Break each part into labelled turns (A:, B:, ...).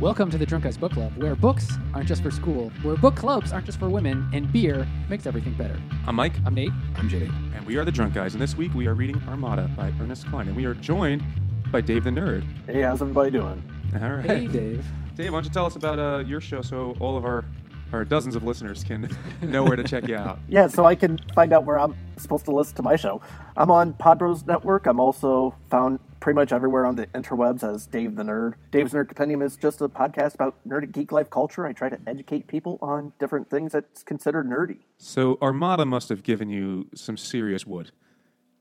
A: Welcome to the Drunk Guys Book Club, where books aren't just for school, where book clubs aren't just for women, and beer makes everything better.
B: I'm Mike,
A: I'm Nate.
C: I'm JD.
B: and we are the Drunk Guys, and this week we are reading Armada by Ernest Klein, and we are joined by Dave the Nerd.
D: Hey, how's everybody doing?
B: All right,
A: Hey, Dave.
B: Dave, why don't you tell us about uh, your show so all of our our dozens of listeners can know where to check you out.
D: Yeah, so I can find out where I'm supposed to listen to my show. I'm on Podbros Network. I'm also found pretty much everywhere on the interwebs as Dave the Nerd. Dave's Nerd Compendium is just a podcast about nerd and geek life culture. I try to educate people on different things that's considered nerdy.
B: So Armada must have given you some serious wood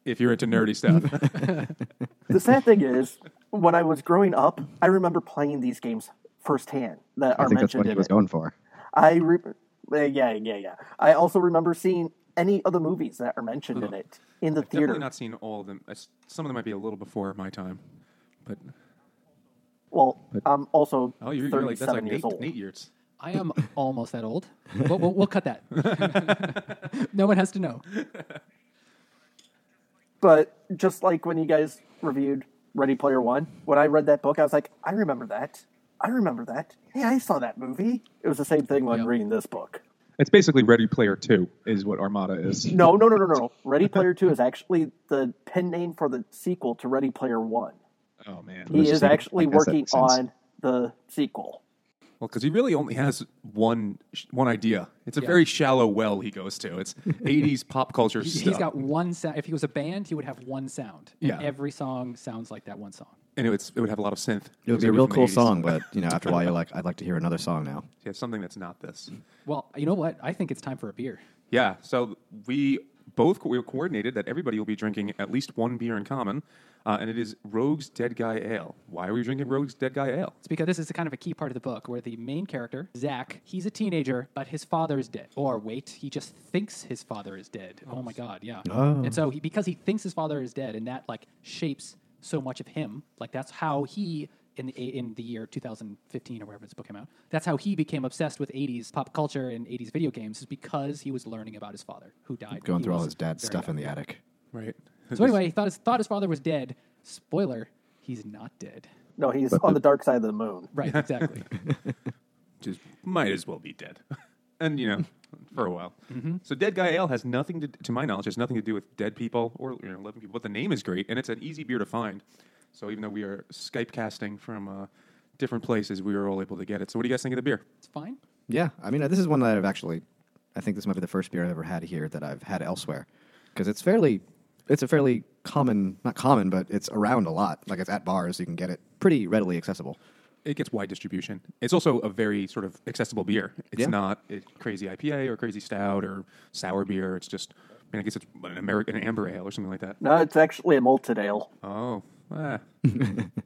B: if you're into nerdy stuff.
D: The sad thing is, when I was growing up, I remember playing these games firsthand that
C: I
D: are
C: think that's
D: mentioned
C: what he
D: in
C: was
D: it.
C: going for.
D: I re- uh, yeah, yeah, yeah. I also remember seeing any of the movies that are mentioned in it in the theater.
B: Definitely not seen all of them. I s- Some of them might be a little before my time, but
D: Well, I'm also
B: oh, you're, you're like that's
D: 37
B: like
D: years
B: Nate,
D: old.
B: Nate years.
A: I am almost that old, but we'll, we'll cut that. no one has to know.
D: But just like when you guys reviewed Ready Player One, when I read that book, I was like, I remember that. I remember that. Hey, I saw that movie. It was the same thing when
A: Yep.
D: reading this book.
E: It's basically Ready Player Two, is what Armada is.
D: No, no, no, no, no, no. Ready Player Two is actually the pen name for the sequel to Ready Player One.
E: Oh man,
D: He
C: was
D: is
C: just thinking, I
D: actually
C: guess that
D: working
C: makes sense.
D: on the sequel.
B: Well, because he really only has one sh- one idea. It's a very shallow well he goes to. It's 80s pop culture stuff.
A: He's got one sound. If he was a band, he would have one sound. And
B: Yeah.
A: Every song sounds like that one song.
B: and it would, it would have a lot of synth.
C: It would
B: Because
C: be a
B: was
C: real
B: from the
C: cool
B: 80s.
C: song, but you know, after a while, you're like, I'd like to hear another song now.
B: Yeah, something that's not this.
A: Well, you know what? I think it's time for a beer.
B: Yeah, so we both co- we were coordinated that everybody will be drinking at least one beer in common, uh, and it is Rogue's Dead Guy Ale. Why are we drinking Rogue's Dead Guy Ale?
A: It's because this is kind of a key part of the book where the main character, Zach, he's a teenager, but his father is dead. Or wait, he just thinks his father is dead. Oh, my God, yeah. And so he, because he thinks his father is dead, and that like shapes so much of him, like that's how he in the in the year 2015 or wherever this book came out, that's how he became obsessed with 80s pop culture and 80s video games is because he was learning about his father who died. when
C: Going
A: he
C: through all
A: was
C: his dad's
A: very
C: stuff
A: young.
C: in the attic.
B: Right.
A: So anyway, he thought his thought his father was dead. Spoiler: he's not dead.
D: No, he's on the dark side of the moon.
A: Right, exactly.
B: just might as well be dead. and, you know, for a while. So Dead Guy Ale has nothing to, to my knowledge, has nothing to do with dead people or you know, living people. But the name is great, and it's an easy beer to find. So even though we are Skype casting from uh, different places, we were all able to get it. So what do you guys think of the beer?
A: it's fine.
C: Yeah, I mean, this is one that I've actually, I think this might be the first beer I've ever had here that I've had elsewhere, because it's fairly, it's a fairly common, not common, but it's around a lot. Like it's at bars, you can get it pretty readily accessible.
B: It gets wide distribution. It's also a very sort of accessible beer. It's
C: Yeah.
B: not a crazy IPA or crazy stout or sour beer. It's just, I mean, I guess it's an American amber ale or something like that.
D: No, it's actually a malted ale.
B: Oh, ah.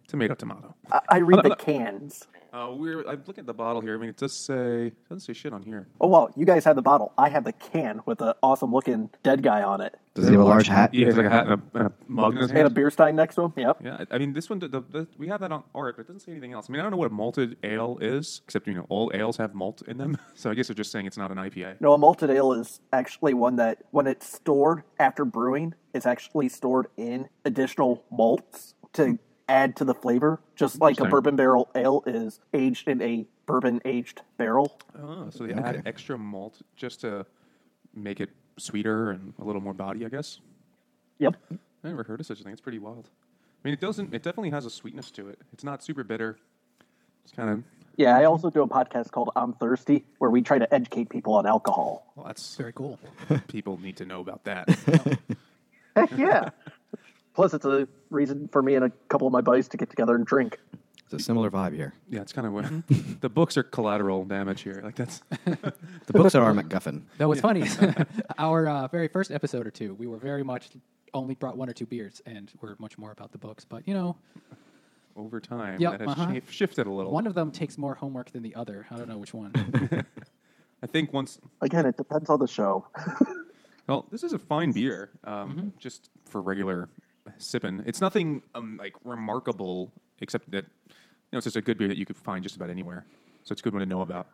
B: tomato, tomato.
D: I, I read the cans.
B: Uh, we're, I'm looking at the bottle here. I mean, it does say, doesn't say shit on here.
D: Oh wow, you guys have the bottle. I have the can with an awesome looking dead guy on it.
C: Does it have a large hat?
B: Yeah, he's like a hat and a, and a mug in his
D: And a
B: hand.
D: beer stein next to him. Yep.
B: Yeah, I- I mean, this one, the, the, we have that on art, but it doesn't say anything else. I mean, I don't know what a malted ale is, except, you know, all ales have malt in them. So I guess they're just saying it's not an IPA.
D: No, a malted ale is actually one that, when it's stored after brewing, it's actually stored in additional malts to add to the flavor, just like
B: Hmm.
D: a
B: Interesting.
D: bourbon barrel ale is aged in a bourbon aged barrel.
B: Oh, so they add extra malt just to make it sweeter and a little more body, I guess.
D: Yep.
B: I never heard of such a thing. It's pretty wild. I mean, it doesn't, it definitely has a sweetness to it. It's not super bitter. It's kind of,
D: Yeah, I also do a podcast called I'm Thirsty where we try to educate people on alcohol.
B: well, that's,
A: Very cool.
B: people need to know about that.
D: Heck yeah. Plus, it's a reason for me and a couple of my buddies to get together and drink.
C: It's a similar vibe here.
B: yeah, it's kind of what
A: Mm-hmm.
B: the books are collateral damage here. Like, that's,
C: The books are our MacGuffin.
A: That was funny. is Our uh, very first episode or two, we were very much only brought one or two beers, and we're much more about the books. But you know,
B: over time,
A: Yep,
B: that has
A: uh-huh.
B: shif- shifted a little.
A: one of them takes more homework than the other. I don't know which one.
B: I think once
D: Again, it depends on the show.
B: Well, this is a fine beer, um,
A: Mm-hmm.
B: just for regular sipping. It's nothing um, like remarkable, except that you know it's just a good beer that you could find just about anywhere. So it's a good one to know about.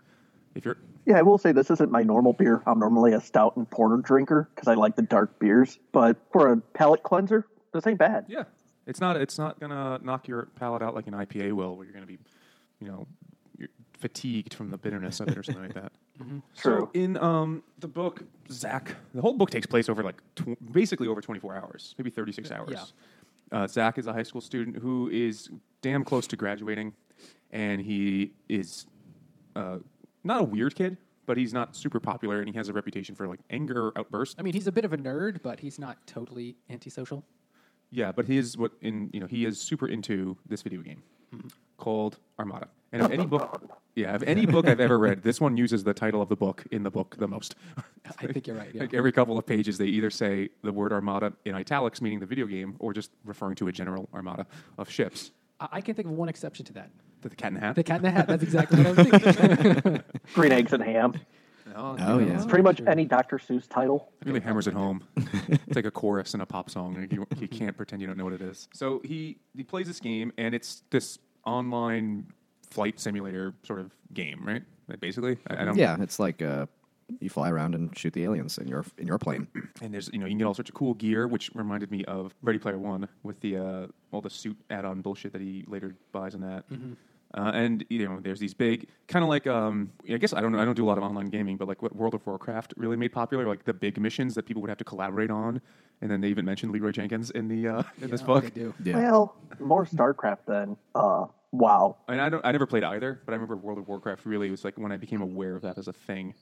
B: If you're
D: Yeah, I will say this isn't my normal beer. I'm normally a stout and porter drinker because I like the dark beers. But for a palate cleanser, this ain't bad.
B: yeah, it's not it's not gonna knock your palate out like an IPA will, where you're gonna be, you know, fatigued from the bitterness of it or something like that.
D: Mm-hmm. True.
B: So in um, the book, Zach, the whole book takes place over like tw- basically over 24 hours, maybe 36 hours. Uh, Zach is a high school student who is damn close to graduating, and he is uh, not a weird kid, but he's not super popular, and he has a reputation for like anger outbursts.
A: I mean, he's a bit of a nerd, but he's not totally antisocial.
B: Yeah, but he is what in you know he is super into this video game called Armada. And of any book, yeah, of any book I've ever read, this one uses the title of the book in the book the most.
A: I think you're right, yeah.
B: Like every couple of pages, they either say the word Armada in italics, meaning the video game, or just referring to a general armada of ships.
A: I, I can think of one exception to that.
B: The cat in the hat.
A: The Cat in the Hat. That's exactly what I was thinking.
D: Green eggs and ham.
B: Oh,
C: Oh
B: yeah.
C: yeah.
D: Pretty much any Dr. Seuss title.
B: It really hammers it home. it's like a chorus in a pop song. and You, you can't pretend you don't know what it is. So he, he plays this game, and it's this online flight simulator sort of game, right? Like, Basically, I, I don't.
C: Yeah, it's like uh, you fly around and shoot the aliens in your in your plane.
B: And there's you know you can get all sorts of cool gear, which reminded me of Ready Player One with the uh, all the suit add-on bullshit that he later buys in that. Uh, and you know there's these big kind of like um, I guess I don't know I don't do a lot of online gaming, but like what World of Warcraft really made popular, like the big missions that people would have to collaborate on. And then they even mentioned Leroy Jenkins in the uh, in this book.
A: They do.
C: Yeah.
D: Well, more StarCraft than uh, WoW.
B: and I don't I never played either, but I remember World of Warcraft really was like when I became aware of that as a thing.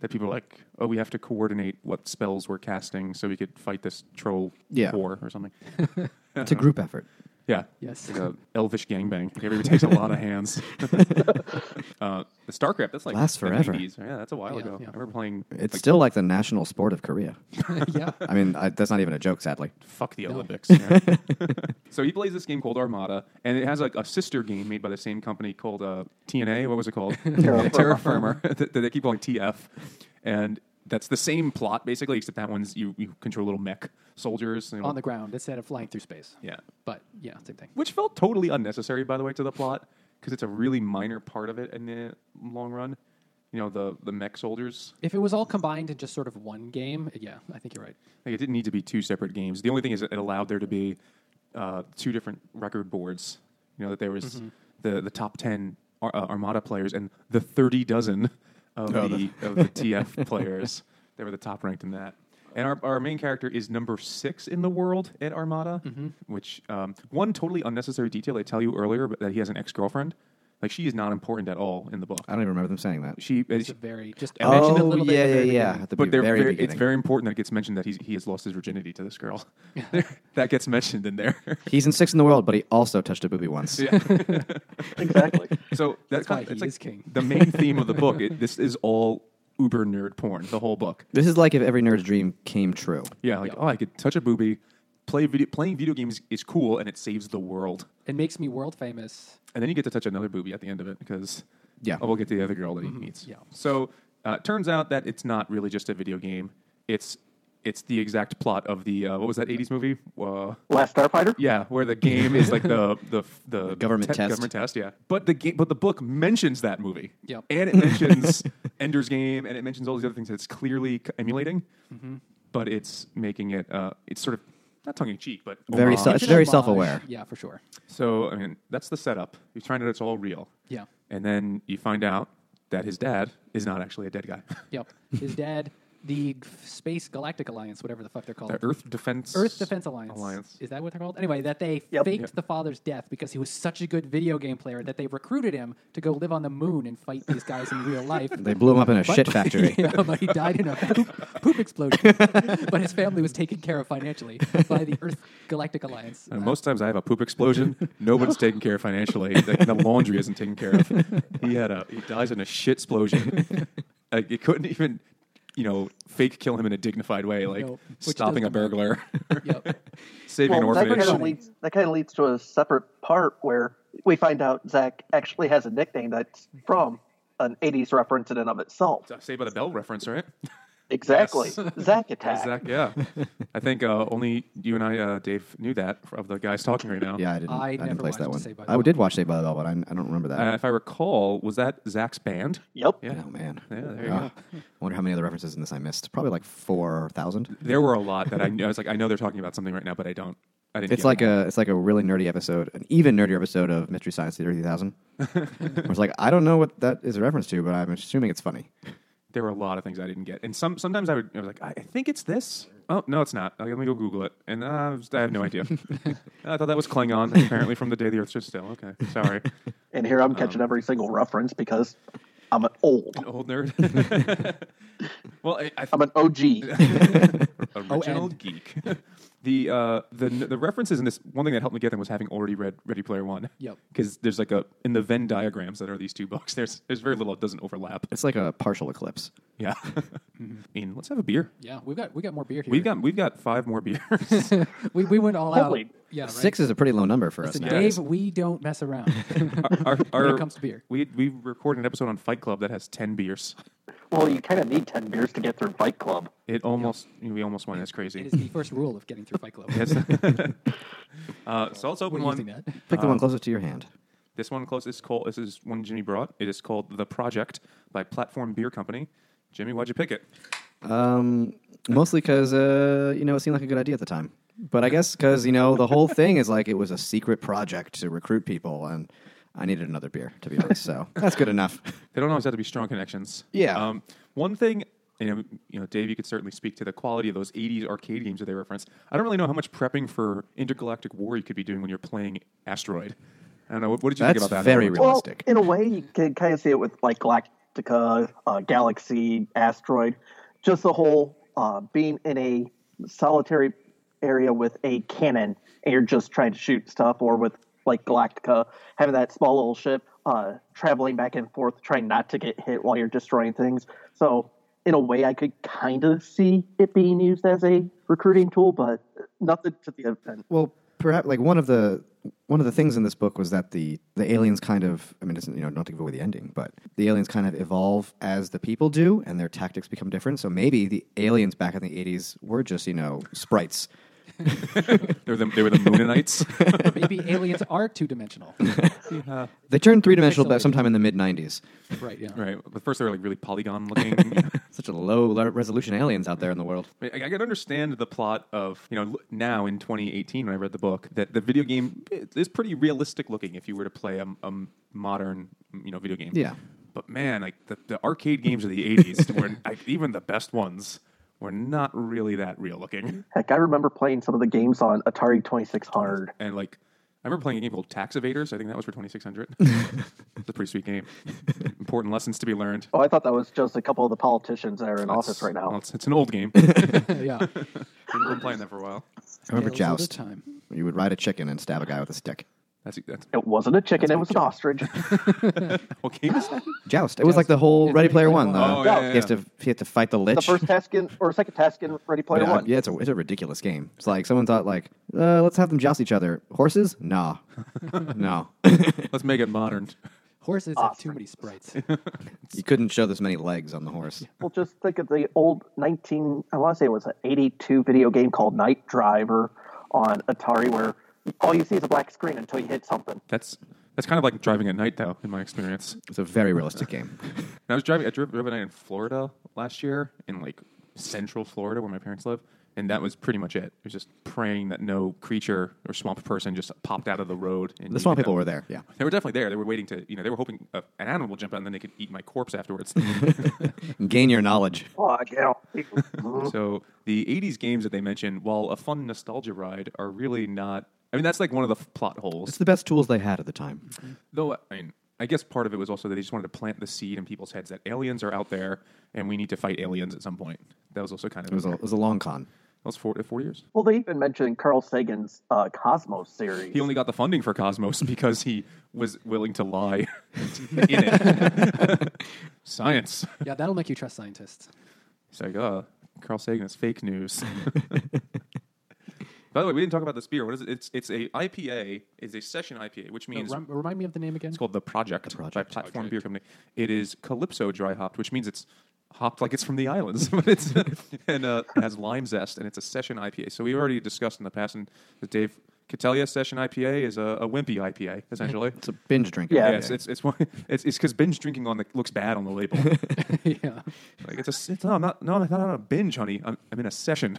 B: That people were like, oh, we have to coordinate what spells we're casting so we could fight this troll
C: Yeah.
B: war or something.
C: It's a group effort.
B: Yeah.
A: Yes.
B: Like a elvish gangbang. Like everybody takes a lot of hands. uh, the StarCraft, that's like
C: Lasts
B: the
C: forever.
B: 90s. Yeah, that's a while
A: Yeah,
B: ago.
A: yeah.
B: I remember playing
C: It's still like the national sport of Korea.
A: yeah.
C: I mean, I, that's not even a joke, sadly.
B: fuck the Olympics. Yeah. so he plays this game called Armada, and it has like a sister game made by the same company called uh, TNA. What was it called?
D: Terra
B: Terra Firma. that that they keep calling TF, and that's the same plot basically, except that one's you, you control little mech soldiers and-
A: On the ground instead of flying through space.
B: Yeah.
A: But yeah, same thing.
B: which felt totally unnecessary, by the way, to the plot because it's a really minor part of it in the long run. You know, the the mech soldiers.
A: If it was all combined in just sort of one game, yeah, I think you're right.
B: Like it didn't need to be two separate games. The only thing is it allowed there to be uh, two different record boards. You know that there was
A: Mm-hmm.
B: the the top ten Ar- uh, Armada players and the thirty dozen of
A: Oh,
B: the of the TF players. They were the top ranked in that. And our, our main character is number six in the world at Armada,
A: Mm-hmm.
B: which um, one totally unnecessary detail I tell you earlier, but that he has an ex girlfriend. Like she is not important at all in the book.
C: I don't even remember them saying that.
B: She,
A: Uh, It's a very just
B: Oh,
A: mentioned a little bit.
C: yeah,
A: at the very
C: yeah, yeah.
A: beginning.
C: At the
B: but they're
C: very
B: very, it's
C: beginning.
B: very important that it gets mentioned that he's, he has lost his virginity to this girl. that gets mentioned in there.
C: He's in sixth in the world, but he also touched a booby once.
B: Yeah.
D: Exactly.
B: So that's,
A: why
B: kind of-
A: he
B: it's like
A: is king.
B: The main theme of the book. It, this is all uber nerd porn. The whole book.
C: This is like if every nerd's dream came true.
B: Yeah. Like oh, I could touch a booby. Play video, playing video games is cool, and it saves the world.
A: It makes me world famous.
B: And then you get to touch another booby at the end of it because
C: Yeah.
B: oh, we'll get to the other girl that he meets.
A: Mm-hmm. Yeah.
B: So uh, turns out that it's not really just a video game. It's it's the exact plot of the uh, what was that '80s movie? Uh,
D: Last Starfighter?
B: Yeah, where the game is like the the the
C: government test.
B: Government test, yeah. But the game, but the book mentions that movie.
A: Yep.
B: and it mentions Ender's Game, and it mentions all these other things that it's clearly c- emulating,
A: Mm-hmm.
B: but it's making it. Uh, it's sort of not tongue in cheek, but
C: Very
B: homage.
C: so- it's
A: an
C: very
A: homage.
C: self-aware.
A: Yeah, for sure.
B: So I mean, that's the setup. You find out it's all real.
A: Yeah.
B: and then you find out that his dad is not actually a dead guy.
A: Yep. His dad, the g- Space Galactic Alliance, whatever the fuck they're called.
B: The Earth Defense
A: Earth Defense Alliance.
B: Alliance.
A: Is that what they're called? Anyway, that they
D: Yep.
A: faked
B: Yep.
A: the father's death because he was such a good video game player that they recruited him to go live on the moon and fight these guys in real life.
C: They blew him up in a
A: But-
C: shit factory.
A: yeah, but he died in a poop, poop explosion. but his family was taken care of financially by the Earth Galactic Alliance.
B: And most times I have a poop explosion. Nobody's taken care of financially. Like, the laundry isn't taken care of. He had a he dies in a shit explosion. like you couldn't even, you know, fake kill him in a dignified way, like
A: No, which
B: stopping a
A: doesn't work.
B: burglar,
A: Yep.
B: saving
D: Well,
B: an
D: that kind of
B: orphanage.
D: leads that kind of leads to a separate part where we find out Zach actually has a nickname that's from an '80s reference in and of itself.
B: Uh, Saved by the Bell reference, right?
D: Exactly,
B: Yes.
D: Zach attack.
B: Zach, yeah. I think uh, only you and I, uh, Dave, knew that of the guys talking right now.
C: Yeah, I didn't.
A: I
C: I,
A: never
C: didn't place that
A: watched
C: one.
A: Saved by the
C: I
A: Bell.
C: did watch Saved by the Bell, but I, I don't remember that.
B: Uh, if I recall, was that Zach's band?
D: Yep.
B: Yeah.
C: oh man.
B: Yeah, there you
C: Oh,
B: go.
C: I wonder how many other references in this I missed. Probably like four thousand.
B: There were a lot that I knew. I was like, I know they're talking about something right now, but I don't. I didn't.
C: It's
B: get
C: like
B: it.
C: a it's like a really nerdy episode, an even nerdier episode of Mystery Science Theater 3000. Where it's like I don't know what that is a reference to, but I'm assuming it's funny.
B: there were a lot of things I didn't get, and some sometimes I would I was like, I I think it's this. Oh no, it's not. Okay, let me go Google it, and uh, I, was- I have no idea. I thought that was Klingon, apparently from the day the Earth stood still. Okay, sorry,
D: And here I'm catching every single reference because I'm an old.
B: old nerd. well, I, I
D: I'm an OG.
B: original
A: Oh, and-
B: geek. the uh, the the references in this one thing that helped me get them was having already read Ready Player One.
A: Yep.
B: Because there's like a in the Venn diagrams that are these two books. There's there's very little that doesn't overlap.
C: It's like a partial eclipse.
B: Yeah. I mean, let's have a beer.
A: Yeah, we've got we got more Mm-hmm. beer here.
B: We've got we've got five more beers.
A: we, we went all out.
D: Holy.
A: Yeah, right?
C: Six is a pretty low number for us.
A: Listen,
C: Now.
A: Dave, we don't mess around.
B: our, our,
A: When it comes to beer.
B: we we recorded an episode on Fight Club that has ten beers.
D: well, you kind of need 10 beers to get through Fight Club.
B: It almost we almost went. That's
A: it is
B: crazy.
A: the first rule of getting through Fight Club.
B: Yes. uh, so let's open
A: We're
B: one.
A: using that.
C: Pick the one closest to your hand.
B: This one close is called. This is one Jimmy brought. It is called the Project by Platform Beer Company. Jimmy, why'd you pick it?
C: Um, mostly because uh, you know it seemed like a good idea at the time, but I guess because you know the whole thing is like it was a secret project to recruit people, and I needed another beer to be honest. So that's good enough.
B: They don't always have to be strong connections.
C: Yeah.
B: Um, one thing, you know, you know, Dave, you could certainly speak to the quality of those '80s arcade games that they reference. I don't really know how much prepping for intergalactic war you could be doing when you're playing Asteroid. I don't know. What, what did you
C: That's
B: think about that?
C: very
B: Edward?
C: real.
D: Well,
C: Plastic.
D: in a way, you can kind of see it with like Galactica, uh, Galaxy, Asteroid, just the whole uh, being in a solitary area with a cannon and you're just trying to shoot stuff, or with like Galactica, having that small little ship uh, traveling back and forth, trying not to get hit while you're destroying things. So, in a way, I could kind of see it being used as a recruiting tool, but nothing to the extent.
C: Well, perhaps like one of the one of the things in this book was that the the aliens kind of I mean, it's, you know, not to give away the ending, but the aliens kind of evolve as the people do, and their tactics become different. So maybe the aliens back in the '80s were just you know sprites.
B: They were the, they were the Moonanites.
A: Maybe aliens are two dimensional.
C: They turned three dimensional
A: Pixelated.
C: sometime in the mid '90s.
A: right. Yeah.
B: right. But first, they were like really polygon looking.
C: Such a low le- resolution aliens out there in the world.
B: I, I can understand the plot of you know l- now in 2018 when I read the book that the video game is pretty realistic looking if you were to play a, a modern you know video game.
C: Yeah.
B: But man, like the, the arcade games of the 80s were like, even the best ones were not really that real looking.
D: Heck, I remember playing some of the games on Atari 2600.
B: And like I remember playing a game called Tax Evaders. I think that was for 2600. it's a pretty sweet game. Important lessons to be learned.
D: Oh, I thought that was just a couple of the politicians that are in office right now.
B: Well, it's, it's an old game. I've
A: yeah.
B: been playing that for a while.
C: I remember
A: Tales of the
C: Joust.
A: time.
C: You would ride a chicken and stab a guy with a stick.
B: That's that's
D: It wasn't a chicken; it was an ostrich.
B: what game is that?
C: Joust. It was like the whole
A: It's
C: Ready
A: Ready
C: Player
A: Player
C: One.
A: One.
C: though.
B: Oh, yeah,
C: He
B: yeah,
C: has to he had to fight the lich.
D: the first task in or second task in Ready Player
C: yeah,
D: One.
C: yeah, it's a it's a ridiculous game. It's like someone thought like, uh, let's have them joust each other. Horses? Nah, no.
B: Let's make it modern.
A: Horses have too many sprites.
C: you couldn't show this many legs on the horse.
D: Well, just think of the old 19, I want to say it was an 82 video game called Night Driver on Atari, where all you see is a black screen until you hit something.
B: That's that's kind of like driving at night, though, in my experience. And
C: It's a very realistic game.
B: I was driving. I drove, drove at night in Florida last year, in like central Florida, where my parents live, and that was pretty much it. It was just praying that no creature or swamp person just popped out of the road. And
C: The swamp people were there. Yeah,
B: They were definitely there. They were waiting to, you know, they were hoping uh, an animal would jump out and then they could eat my corpse afterwards.
C: gain your knowledge.
D: Oh, yeah.
B: so the 80s games that they mentioned, while a fun nostalgia ride, are really not. I mean, that's like one of the f- plot holes.
C: It's the best tools they had at the time.
B: Though I mean, I guess part of it was also that they just wanted to plant the seed in people's heads that aliens are out there and we need to fight aliens at some point. That was also kind of
C: It was a, it was a long con.
B: that was four, four years.
D: well, they even mentioned Carl Sagan's uh, Cosmos series.
B: He only got the funding for Cosmos because he was willing to lie in it. Science.
A: Yeah, that'll make you trust scientists.
B: It's like, uh, Carl Sagan is fake news. By the way, we didn't talk about this beer. What is it? It's it's a IPA. It's a session IPA, which means
A: Rem- remind me of the name again.
B: It's called The Project, by
C: Project.
B: Platform Beer Company. It is Calypso dry hopped, which means it's hopped like it's from the islands, but it's and uh, it has lime zest, and it's a session IPA. So we already discussed in the past, and that Dave could tell you, session IPA is a, a wimpy IPA essentially.
C: It's a binge drink.
D: Yeah.
B: Yes, it's it's one, it's it's because binge drinking on the looks bad on the label.
A: yeah.
B: like it's a it's no, I'm not no, I'm not on a binge, honey. I'm, I'm in a session.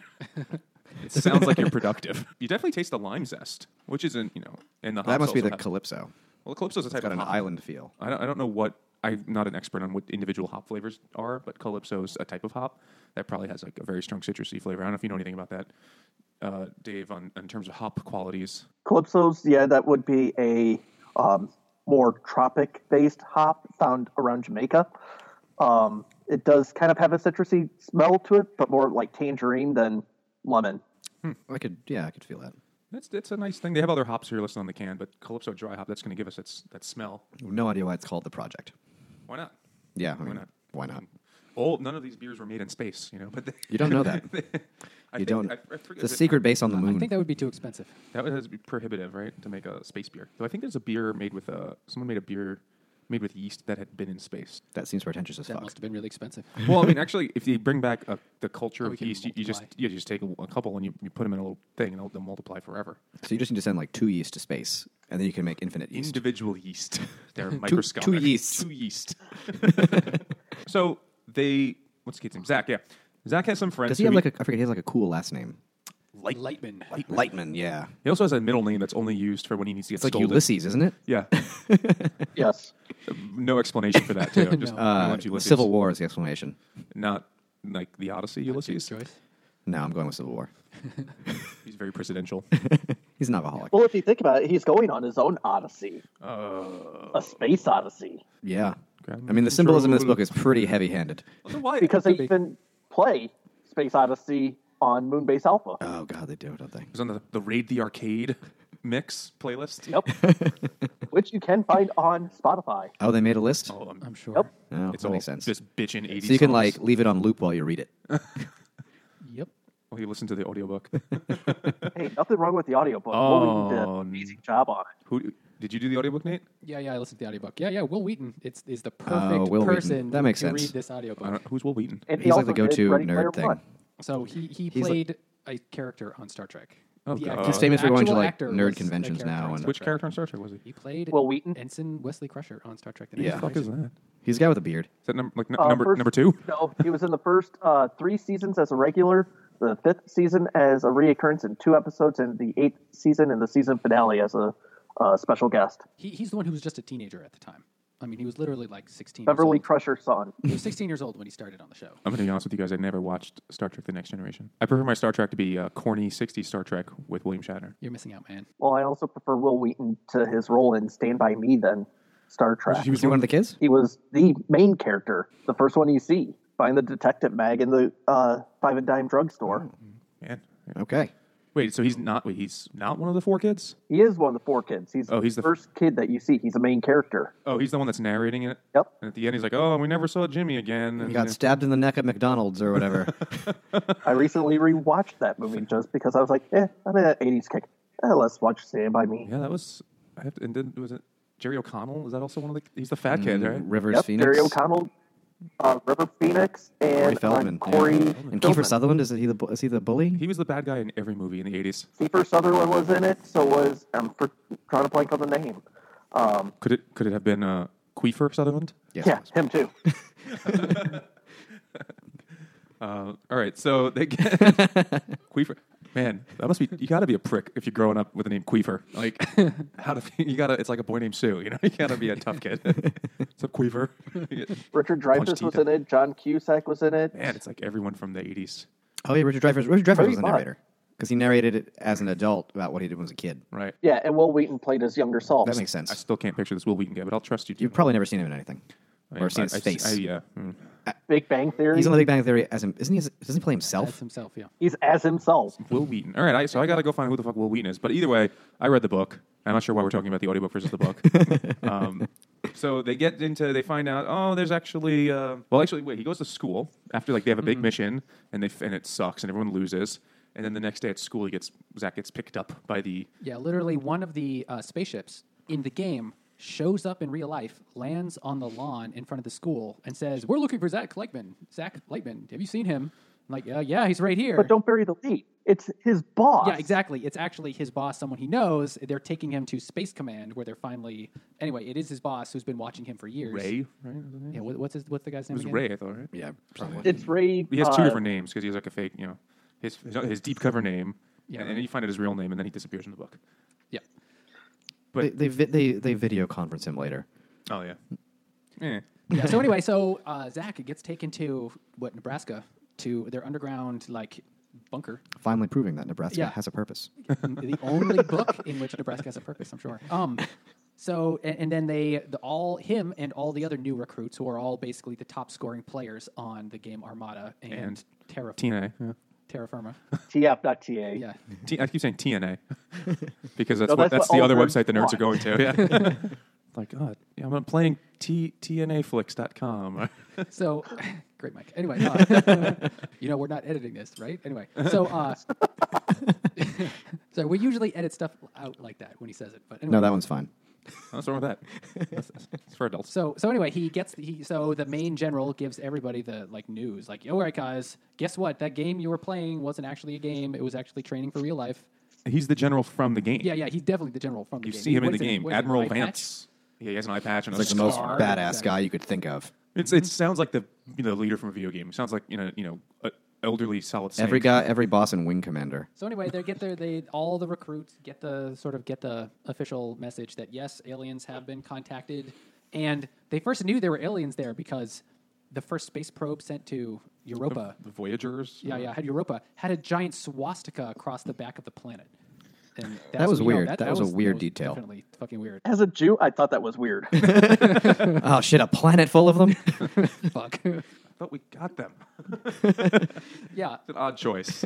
B: It sounds like you're productive. You definitely taste the lime zest, which isn't you know, and the
C: That
B: hops
C: must be
B: also Uh-huh.
C: the
B: have-
C: calypso.
B: well, calypso is a type
C: It's got
B: of
C: an
B: hop.
C: island feel.
B: I don't, I don't know what I'm not an expert on what individual hop flavors are, but Calypso is a type of hop that probably has like a very strong citrusy flavor. I don't know if you know anything about that, uh, Dave, on in terms of hop qualities.
D: Calypso's, yeah, that would be a um, more tropic based hop found around Jamaica. Um, it does kind of have a citrusy smell to it, but more like tangerine than lemon.
C: I could, yeah, I could feel that.
B: That's that's a nice thing. They have other hops here listed on the can, but Calypso dry hop that's going to give us its, that smell.
C: No idea why it's called the project.
B: Why not?
C: Yeah, I mean,
B: not?
C: Why not?
B: All none of these beers were made in space, you know. But they,
C: You don't know that.
B: they- I
C: you
B: think-
C: don't.
B: I, I forget
C: it's a
B: that-
C: secret base on the moon.
A: I think that would be too expensive.
B: That would has to be prohibitive, right, to make a space beer. Though I think there's a beer made with a someone made a beer made with yeast that had been in space.
C: that seems pretentious as
A: That
C: fuck.
A: must have been really expensive.
B: Well, I mean, actually, if you bring back a, the culture
A: Oh, we
B: of
A: can
B: yeast, you, you just
A: multiply.
B: you just take a, a couple and you, you put them in a little thing and they'll, they'll multiply forever.
C: So you just need to send like two yeast to space, and then you can make infinite yeast.
B: Individual yeast, they're microscopic.
C: yeast.
B: Two yeast. so they what's the kid's name? Zach. Yeah, Zach has some friends.
C: Does he
B: who
C: have like a? I forget. He has like a cool last name.
B: light,
A: Lightman.
C: Lightman. Yeah.
B: He also has a middle name that's only used for when he needs to get
C: It's like
B: stolen.
C: Ulysses, isn't it?
B: Yeah,
D: Yes.
B: no explanation for that. Too. Just
A: No.
B: I
C: Uh,
B: want Ulysses.
C: Civil War is the explanation.
B: not like the Odyssey Ulysses.
A: Choice.
C: No, I'm going with Civil War.
B: He's very presidential.
C: He's an alcoholic.
D: Well, if you think about it, he's going on his own odyssey,
B: Uh,
D: a space odyssey,
C: Yeah.
B: Ground
C: I mean, the symbolism in this
B: control.
C: book is pretty heavy-handed.
B: so why?
D: because they
A: Could be.
D: even play Space Odyssey on Moonbase Alpha.
C: Oh God, they do, don't they?
B: was on the, the Raid the Arcade mix playlist.
D: Yep. Which you can find on Spotify.
C: Oh, they made a list.
B: Oh, I'm,
A: I'm sure.
D: Yep.
C: No,
B: it's
C: that
B: all
C: makes sense.
B: just bitching 80s.
C: so you can
B: songs.
C: like leave it on loop while you read it.
A: Yep.
B: Well, you listen to the audiobook.
D: Hey, nothing wrong with the audiobook.
B: Oh,
D: Well, we did an amazing job on it.
B: Who did you do the audiobook, Nate?
A: Yeah, yeah, I listened to the audiobook. Yeah, yeah, Will Wheaton it's, is the perfect
C: Oh, Will Wheaton.
A: person
C: That makes
A: to
C: sense. Uh,
A: read this
B: I
A: audiobook.
B: don't, who's Will Wheaton?
D: And he
C: He's like the
D: also did
C: go-to
D: Ready Player
C: nerd thing.
D: One.
A: So he, he
C: He's
A: played a character on Star Trek.
B: Oh,
A: The
B: God.
A: actor-
B: He's
C: famous for going to,
A: actual
C: like,
A: actor
C: nerd
A: was the
C: conventions
A: character
C: now
A: on
C: and-
A: Star
B: Which
A: Trek.
B: character on Star Trek was he?
A: He played
D: Will Wheaton?
A: Ensign Wesley Crusher on Star Trek. The
C: Yeah.
A: Next
B: What the fuck is
A: Generation.
B: that? Is
C: He's a guy with a beard.
B: that number like n-
D: Uh,
B: number
D: first-
B: number two?
D: No, he was in the first uh, three seasons as a regular, the fifth season as a reoccurrence in two episodes, and the eighth season and the season finale as a uh, special guest.
A: He, he's the one who was just a teenager at the time. I mean, he was literally like 16. years
D: Beverly
A: old.
D: Crusher's son.
A: He was 16 years old when he started on the show.
B: I'm gonna be honest with you guys. I never watched Star Trek: The Next Generation. I prefer my Star Trek to be uh, corny '60s Star Trek with William Shatner.
A: You're missing out, man.
D: Well, I also prefer Will Wheaton to his role in Stand By Me than Star Trek.
B: He was
C: Is he one of the kids?
D: He was the main character, the first one you see. Find the detective mag in the uh, five and dime drugstore.
B: Hmm. man.
C: Okay.
B: Wait, so he's not? Wait, he's not one of the four kids?
D: He is one of the four kids. He's,
B: Oh, he's
D: the
B: the-
D: first kid that you see. He's a main character.
B: Oh, he's the one that's narrating it.
D: Yep.
B: And at the end, he's like, "Oh, we never saw Jimmy again."
C: He
B: And,
C: got
B: uh,
C: stabbed in the neck at McDonald's or whatever.
D: I recently rewatched that movie just because I was like, eh, I'm in that 80s kick. Eh, let's watch Stand By Me.
B: yeah, that was. I have to, and then was it Jerry O'Connell? Is that also one of the? He's the fat kid, right?
C: Rivers
D: Yep,
C: Phoenix.
D: Jerry O'Connell, uh, River Phoenix,
C: Corey
D: and
C: Feldman.
D: uh, Corey
C: yeah. And Kiefer
D: Feldman.
C: Sutherland is he the bu- is he the bully?
B: He was the bad guy in every movie in the '80s.
D: Kiefer Sutherland was in it, so was, I'm for, trying to blank on the name. Um,
B: Could it could it have been uh, Queefer Sutherland?
C: Yes.
D: yeah, him too.
B: Uh, all right, so they get Queefer. Man, that must be you got to be a prick if you're growing up with the name Queefer. Like, how to you got to? It's like a boy named Sue. You know, you got to be a tough kid. What's up, Queefer?
D: Richard
B: Punch
D: Dreyfuss was
B: teeth.
D: in it. John Cusack was in it.
B: Man, it's like everyone from the '80s,
C: Oh yeah, Richard Dreyfuss. Richard Dreyfuss
D: Pretty
C: was the
D: fun.
C: narrator because he narrated it as an adult about what he did when he was a kid.
B: right?
D: Yeah, and Will Wheaton played his younger self.
C: That makes
B: I
C: sense.
B: still can't picture this Will Wheaton guy, but I'll trust you.
C: You've probably never seen him in anything
B: I-
C: or seen
B: I-
C: his
B: I-
C: face.
B: I- yeah. mm.
D: Big Bang Theory.
C: He's on The Big Bang Theory as him. Isn't he? Doesn't he play
A: That's
C: himself?
A: himself, yeah.
D: He's as himself.
B: Will Wheaton. All right, I, so I got to go find who the fuck Will Wheaton is. But either way, I read the book. I'm not sure why we're talking about the audiobook versus the book. um, so they get into, they find out, oh, there's actually, uh, well, actually, wait, he goes to school after like they have a big mission and they f- and it sucks and everyone loses. And then the next day at school, he gets Zach gets picked up by the.
A: Yeah, literally one of the uh, spaceships in the game shows up in real life, lands on the lawn in front of the school, and says, "We're looking for Zach Lightman. Zach Lightman, have you seen him?" I'm like, uh, yeah, he's right here.
D: But don't bury the lead. It's his boss.
A: yeah, exactly. It's actually his boss, someone he knows. They're taking him to Space Command, where they're finally. Anyway, it is his boss who's been watching him for years.
B: Ray, right? Is that his name?
A: Yeah, what, what's his, what's the guy's name?
B: It was
A: again?
B: Ray, I thought, right?
C: Yeah, probably.
D: It's Ray.
B: He has two
D: uh,
B: different names because he has like a fake, you know. his his, his deep cover name,
A: Yeah,
B: and,
A: right.
B: and you find out his real name, and then he disappears in the book.
A: Yeah.
B: But-
C: They, they, vi- they, they video conference him later.
B: Oh yeah, yeah.
A: yeah. So anyway, so uh, Zach gets taken to what Nebraska to their underground like bunker.
C: Finally proving that Nebraska
A: Yeah.
C: has a purpose.
A: the only book in which Nebraska has a purpose, I'm sure. Um, so and, and then they the, all him and all the other new recruits who are all basically the top scoring players on the game Armada and,
B: And
A: Terra
B: TNA. Yeah.
A: Terra Firma.
D: TF, not TA.
A: Yeah,
B: T- I keep saying TNA because that's
D: No,
B: what
D: that's
B: that's
D: what
B: the
D: all
B: other
D: nerds
B: website the nerds are going
D: want.
B: to. Yeah. like, oh, yeah, I'm playing T- TNAflix.com.
A: So, great, Mike. Anyway, uh, you know we're not editing this, right? Anyway, so uh, so we usually edit stuff out like that when he says it, but anyway,
C: No, that one's fine.
B: What's wrong with that? That's- that's- It's for adults.
A: So so anyway, he gets he so the main general gives everybody the like news like, all right guys, guess what? That game you were playing wasn't actually a game. It was actually training for real life.
B: He's the general from the game.
A: Yeah, yeah, he's definitely the general from the
B: You
A: game.
B: see him
A: What
B: in the
A: is it?
B: game,
A: What is it,
B: Admiral
A: eye patch?
B: Vance. Yeah, he has an eye patch and a
C: It's like the
B: scar.
C: most
A: Scar.
C: badass guy you could think of.
B: It's, it sounds like the you know, leader from a video game. It sounds like you know you know a elderly solid. Snake.
C: Every guy, every boss in Wing Commander.
A: So anyway, they get their they all the recruits get the sort of get the official message that yes, aliens have been contacted, and they first knew there were aliens there because the first space probe sent to Europa,
B: the Voyagers.
A: yeah, yeah, had Europa had a giant swastika across the back of the planet. And that's
C: was
A: you
C: weird. That was a weird detail.
A: Definitely fucking weird.
D: As a Jew, I thought that was weird.
C: Oh shit, a planet full of them?
A: Fuck.
B: I thought we got them.
A: yeah.
B: It's an odd choice.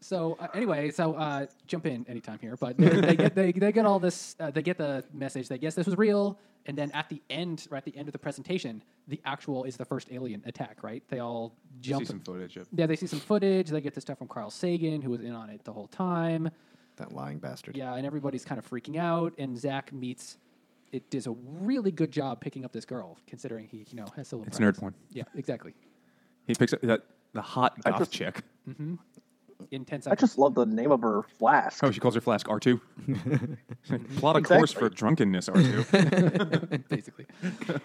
A: So uh, anyway, so uh, jump in anytime here, but they, they get they, they get all this. Uh, they get the message that yes, this was real. And then at the end, right at the end of the presentation, the actual is the first alien attack. Right? They all
B: see
A: jump.
B: some footage of.
A: yeah, they see some footage. They get the stuff from Carl Sagan, who was in on it the whole time.
C: that lying bastard.
A: Yeah, and everybody's kind of freaking out. And Zach meets. It does a really good job picking up this girl, considering he you know has so little.
B: It's
A: practice.
B: nerd porn.
A: Yeah, exactly.
B: He picks up that the hot goth
D: just-
B: chick.
A: In ten
D: I
A: seconds.
D: just love the name of her flask.
B: Oh, she calls her Flask R two. Plot a course for drunkenness R two.
A: basically.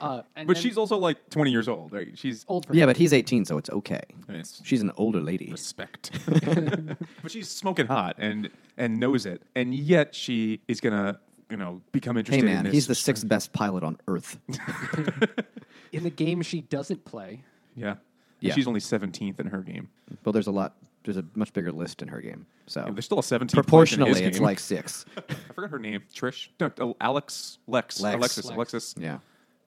A: Uh, and
B: But
A: then-
B: she's also like 20 years old. Right? She's
A: old. For
C: Yeah, but he's 18, so it's okay.
B: I mean, it's
C: She's an older lady.
B: respect. but she's smoking hot and and knows it, and yet she is gonna you know become
C: Hey
B: interested. in
C: man,
B: this.
C: he's the sixth best pilot on Earth.
A: in the game she doesn't play.
B: yeah.
C: Yeah.
B: She's only 17th in her game.
C: Well, there's a lot. There's a much bigger list in her game. So
B: There's still a 17th. place in his
C: proportionally, it's
B: game.
C: like six.
B: I forgot her name. Trish. No, oh, Alex. Lex.
C: Lex.
B: Alexis.
A: Lex.
B: Alexis.
C: Yeah,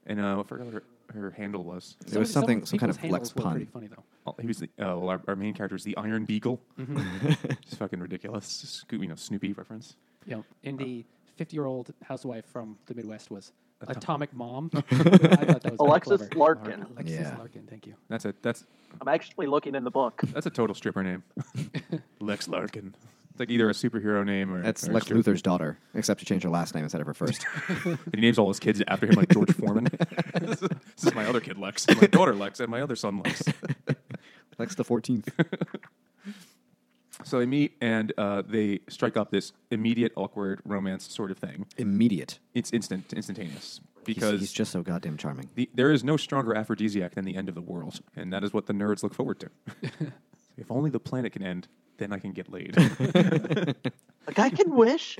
B: And uh, I forgot what her, her handle was.
C: There was something- some kind of
A: people's
C: flex
A: handles were
C: pun.
A: Pretty funny though.
B: Oh, he was the, oh, our, our main character is the Iron Beagle.
C: Mm-hmm.
B: it's fucking ridiculous. Sco- You know, Snoopy reference.
A: You know, and the fifty-year-old housewife from the Midwest was Atomic Mom. I thought that was
D: Alexis
A: pretty clever.
D: Larkin.
A: Alexis
C: Yeah.
A: Larkin. Thank you.
B: That's a that's
D: I'm actually looking in the book.
B: that's a total stripper name. Lex Larkin. It's like either a superhero name or
C: that's
B: or a
C: Lex
B: stripper.
C: Luthor's daughter, except she changed her last name instead of her first.
B: And he names all his kids after him, like George Foreman. this, is, this is my other kid, Lex. My daughter, Lex, and my other son, Lex.
C: Lex the fourteenth.
B: So they meet and uh, they strike up this immediate, awkward romance sort of thing.
C: Immediate.
B: It's instant, instantaneous
C: He's,
B: because
C: he's just so goddamn charming.
B: the, there is no stronger aphrodisiac than the end of the world, and that is what the nerds look forward to. if only the planet can end, then I can get laid.
D: Like I can wish.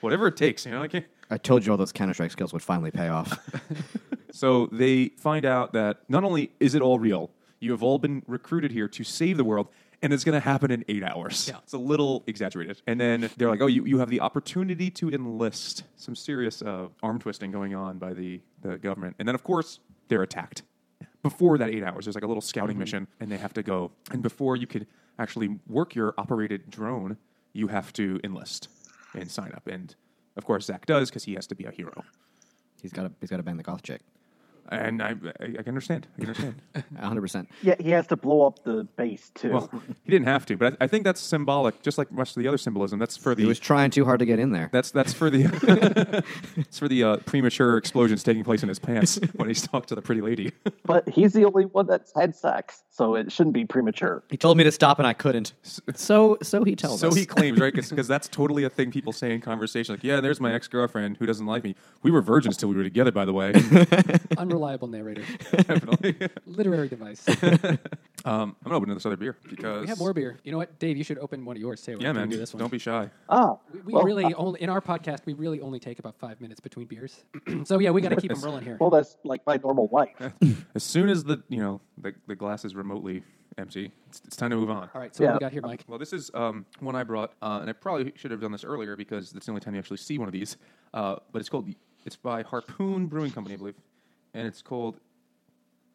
B: Whatever it takes, you know. I can't.
C: I told you all those Counter Strike skills would finally pay off.
B: So they find out that not only is it all real, you have all been recruited here to save the world, and it's going to happen in eight hours.
A: Yeah.
B: It's a little exaggerated. And then they're like, oh, you, you have the opportunity to enlist. Some serious uh, arm twisting going on by the, the government. And then, of course, they're attacked. Before that eight hours, there's like a little scouting mission, and they have to go. And before you could actually work your operated drone, you have to enlist and sign up. And of course, Zach does because he has to be a hero.
C: he's got to he's got to bang the goth chick,
B: And I, I, I can understand. I can understand.
C: hundred percent.
D: Yeah, he has to blow up the base too.
B: Well, he didn't have to, but I, I think that's symbolic, just like much of the other symbolism. That's for
C: He
B: the
C: was trying too hard to get in there.
B: that's that's for the it's for the uh, premature explosions taking place in his pants when he's talked to the pretty lady.
D: but he's the only one that's had sex, so it shouldn't be premature.
C: He told me to stop and I couldn't. So so he
A: Oh,
C: tells
B: so
C: us.
B: he claims, right? Because that's totally a thing people say in conversation. Like, yeah, there's my ex girlfriend who doesn't like me. We were virgins till we were together, by the way.
A: Unreliable narrator.
B: Definitely.
A: Literary device.
B: Um, I'm gonna open this other beer because
A: We have more beer. You know what, Dave? You should open one of yours. Say,
B: Yeah, man.
A: Do this one.
B: Don't be shy.
D: Ah,
A: We- We
D: well,
A: really only in our podcast we really only take about five minutes between beers, so yeah, we got to keep them rolling here.
D: well, that's like my normal life.
B: As soon as the you know the, the glass is remotely empty, it's, it's time to move on.
A: All right, so what
D: Yeah.
A: do we got here, Mike?
B: Well, this is um, one I brought, uh, and I probably should have done this earlier because that's the only time you actually see one of these. Uh, but it's called. It's by Harpoon Brewing Company, I believe, and it's called.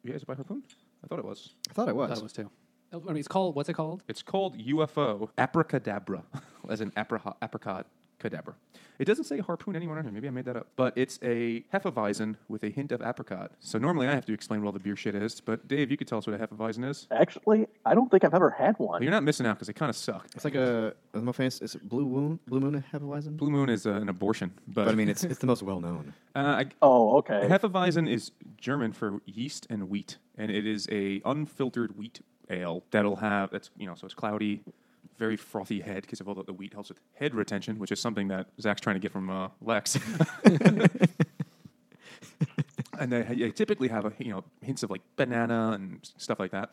B: Yeah, is it by Harpoon? I thought it was.
C: I thought it
A: I thought
C: was.
A: it was two. Oh, I mean, it's called what's it called?
B: It's called UFO Apricadabra, as in apriha- apricot cadabra. It doesn't say harpoon anywhere on here. Maybe I made that up. But it's a hefeweizen with a hint of apricot. So normally I have to explain what all the beer shit is. But Dave, you could tell us what a hefeweizen is.
D: Actually, I don't think I've ever had one.
B: But you're not missing out because they kind of suck.
C: It's like a the most famous. Is it Blue Moon? Blue Moon Hefeweizen.
B: Blue Moon is uh, an abortion, but,
C: But I mean, it's it's the most well known.
B: uh, I,
D: Oh, okay.
B: Hefeweizen is German for yeast and wheat, and it is a unfiltered wheat ale that'll have that's you know so it's cloudy, very frothy head because of all the, the wheat helps with head retention, which is something that Zach's trying to get from uh, Lex. and they, they typically have a you know hints of like banana and stuff like that,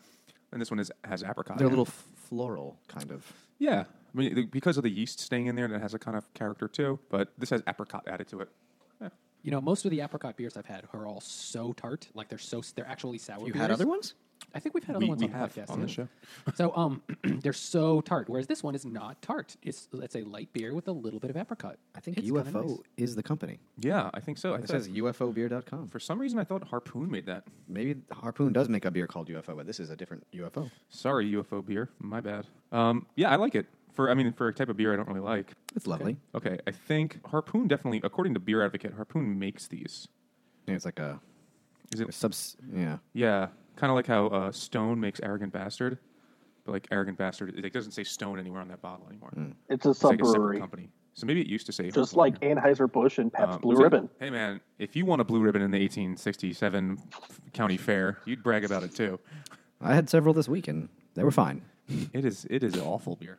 B: and this one is has apricot.
C: They're
B: in
C: a
B: it.
C: little floral kind of.
B: yeah. I mean, the- because of the yeast staying in there, that has a kind of character too. But this has apricot added to it.
A: You know, most of the apricot beers I've had are all so tart, like they're so they're actually sour.
C: You
A: beers.
C: had other ones?
A: I think we've had other
B: We-
A: ones
B: we
A: on
B: have
A: the podcast
B: on the
A: yeah.
B: show.
A: so um, they're so tart, whereas this one is not tart. It's it's a light beer with a little bit of apricot.
C: I think
A: It's kinda
C: UFO
A: nice.
C: is the company.
B: Yeah, I think so. I
C: It
B: thought-
C: says UFObeer.com.
B: for some reason I thought Harpoon made that.
C: Maybe Harpoon does make a beer called UFO, but this is a different UFO.
B: Sorry, UFO beer. My bad. Um, yeah, I like it. For I mean, for a type of beer I don't really like.
C: It's lovely.
B: Okay, I think Harpoon definitely, according to Beer Advocate, Harpoon makes these.
C: Yeah, it's like a,
B: Is it?
C: a subs. Yeah,
B: Yeah, kind of like how uh, Stone makes Arrogant Bastard, but like Arrogant Bastard, it, like, doesn't say Stone anywhere on that bottle anymore.
D: it's a
B: It's like a
D: sub
B: separate
D: brewery,
B: company. So maybe it used to say
D: just
B: Harpoon.
D: like Anheuser Busch and Pabst
B: Um,
D: Blue
B: so-
D: Ribbon.
B: Hey man, if you won a blue ribbon in the 1867 county fair, you'd brag about it too.
C: I had several this week and they were fine.
B: It is it is an awful beer.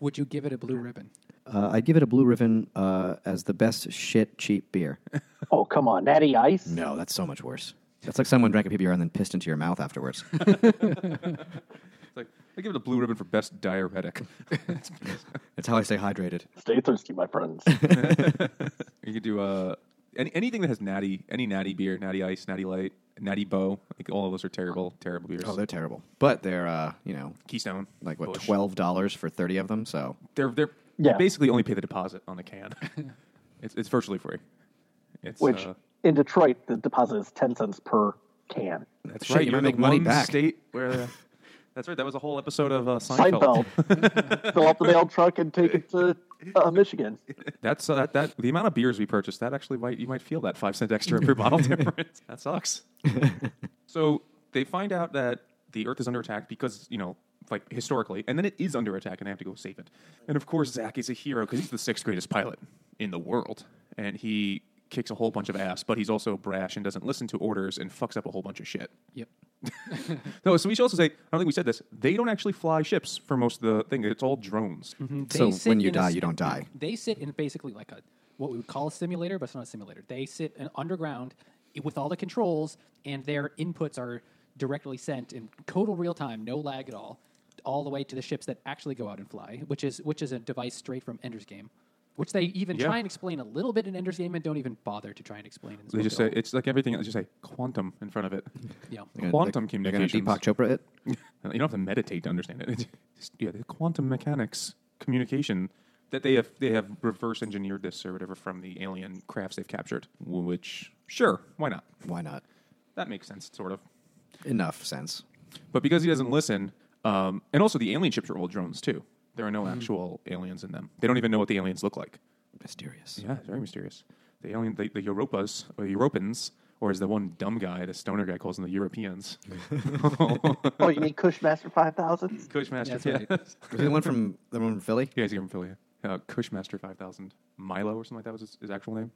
A: Would you give it a blue ribbon?
C: Uh, I'd give it a blue ribbon uh, as the best shit cheap beer.
D: Oh, come on, Natty Ice.
B: Mm.
C: no, that's so much worse. That's like someone drank a PBR and then pissed into your mouth afterwards.
B: It's like I give it a blue ribbon for best diuretic.
C: that's how I stay hydrated.
D: Stay thirsty, my friends.
B: You could do uh, any, anything that has natty, any natty beer, natty ice, natty light, natty bow. Like all of those are terrible, terrible beers.
C: Oh, they're terrible, but they're uh, you know
B: Keystone,
C: like what
B: Busch.
C: twelve dollars for thirty of them. So
B: They're they're
D: Yeah.
B: they basically only pay the deposit on the can. it's it's virtually free. It's
D: Which
B: uh,
D: in Detroit, the deposit is ten cents per can.
B: that's
C: shit,
B: right.
C: you
B: You're
C: might
B: the
C: make money
B: one
C: back.
B: State where the, that's right. That was a whole episode of uh, Seinfeld.
D: Seinfeld. Fill up the mail truck and take it to uh, Michigan.
B: That's uh, that, that the amount of beers we purchased. That actually might you might feel that five cent extra per bottle difference. That sucks. so they find out that the Earth is under attack because you know like historically, and then it is under attack, and they have to go save it. And of course, Zach is a hero because he's the sixth greatest pilot in the world, and he kicks a whole bunch of ass. But he's also brash and doesn't listen to orders and fucks up a whole bunch of shit.
A: Yep.
B: No, so we should also say I don't think we said this. They don't actually fly ships for most of the thing. It's all drones.
C: so
A: They sit
C: when you
A: in a
C: die,
A: s-
C: you don't die.
A: They sit in basically like a what we would call a simulator, but it's not a simulator. They sit in underground i- with all the controls, and their inputs are directly sent in total real time, no lag at all, all the way to the ships that actually go out and fly, which is which is a device straight from Ender's Game, which they even
B: Yeah.
A: try and explain a little bit in Ender's Game and don't even bother to try and explain. In this
B: They
A: one
B: just
A: at
B: say it's like everything. They just say quantum in front of it.
A: all. yeah.
C: They're gonna-
B: Quantum
C: they're gonna
B: communications.
C: Deepak Chopra it.
B: you don't have to meditate to understand it. It's just, yeah, the quantum mechanics communication that they have they have reverse engineered this or whatever from the alien crafts they've captured. Which sure, why not?
C: Why not?
B: That makes sense, sort of.
C: Enough sense.
B: But because he doesn't listen, um, and also the alien ships are all drones too. There are no actual aliens in them. They don't even know what the aliens look like.
C: Mysterious.
B: Yeah, it's very mysterious. The alien, the, the Europas or the Europans, or as the one dumb guy, the stoner guy calls them, the Europeans.
D: Oh, you mean Cushmaster 5000?
B: Coach Master,
A: That's right.
B: yeah.
C: Was he the one from the one from Philly?
B: Yeah, he's from Philly. Uh, Cushmaster five thousand Milo or something like that was his, his actual name.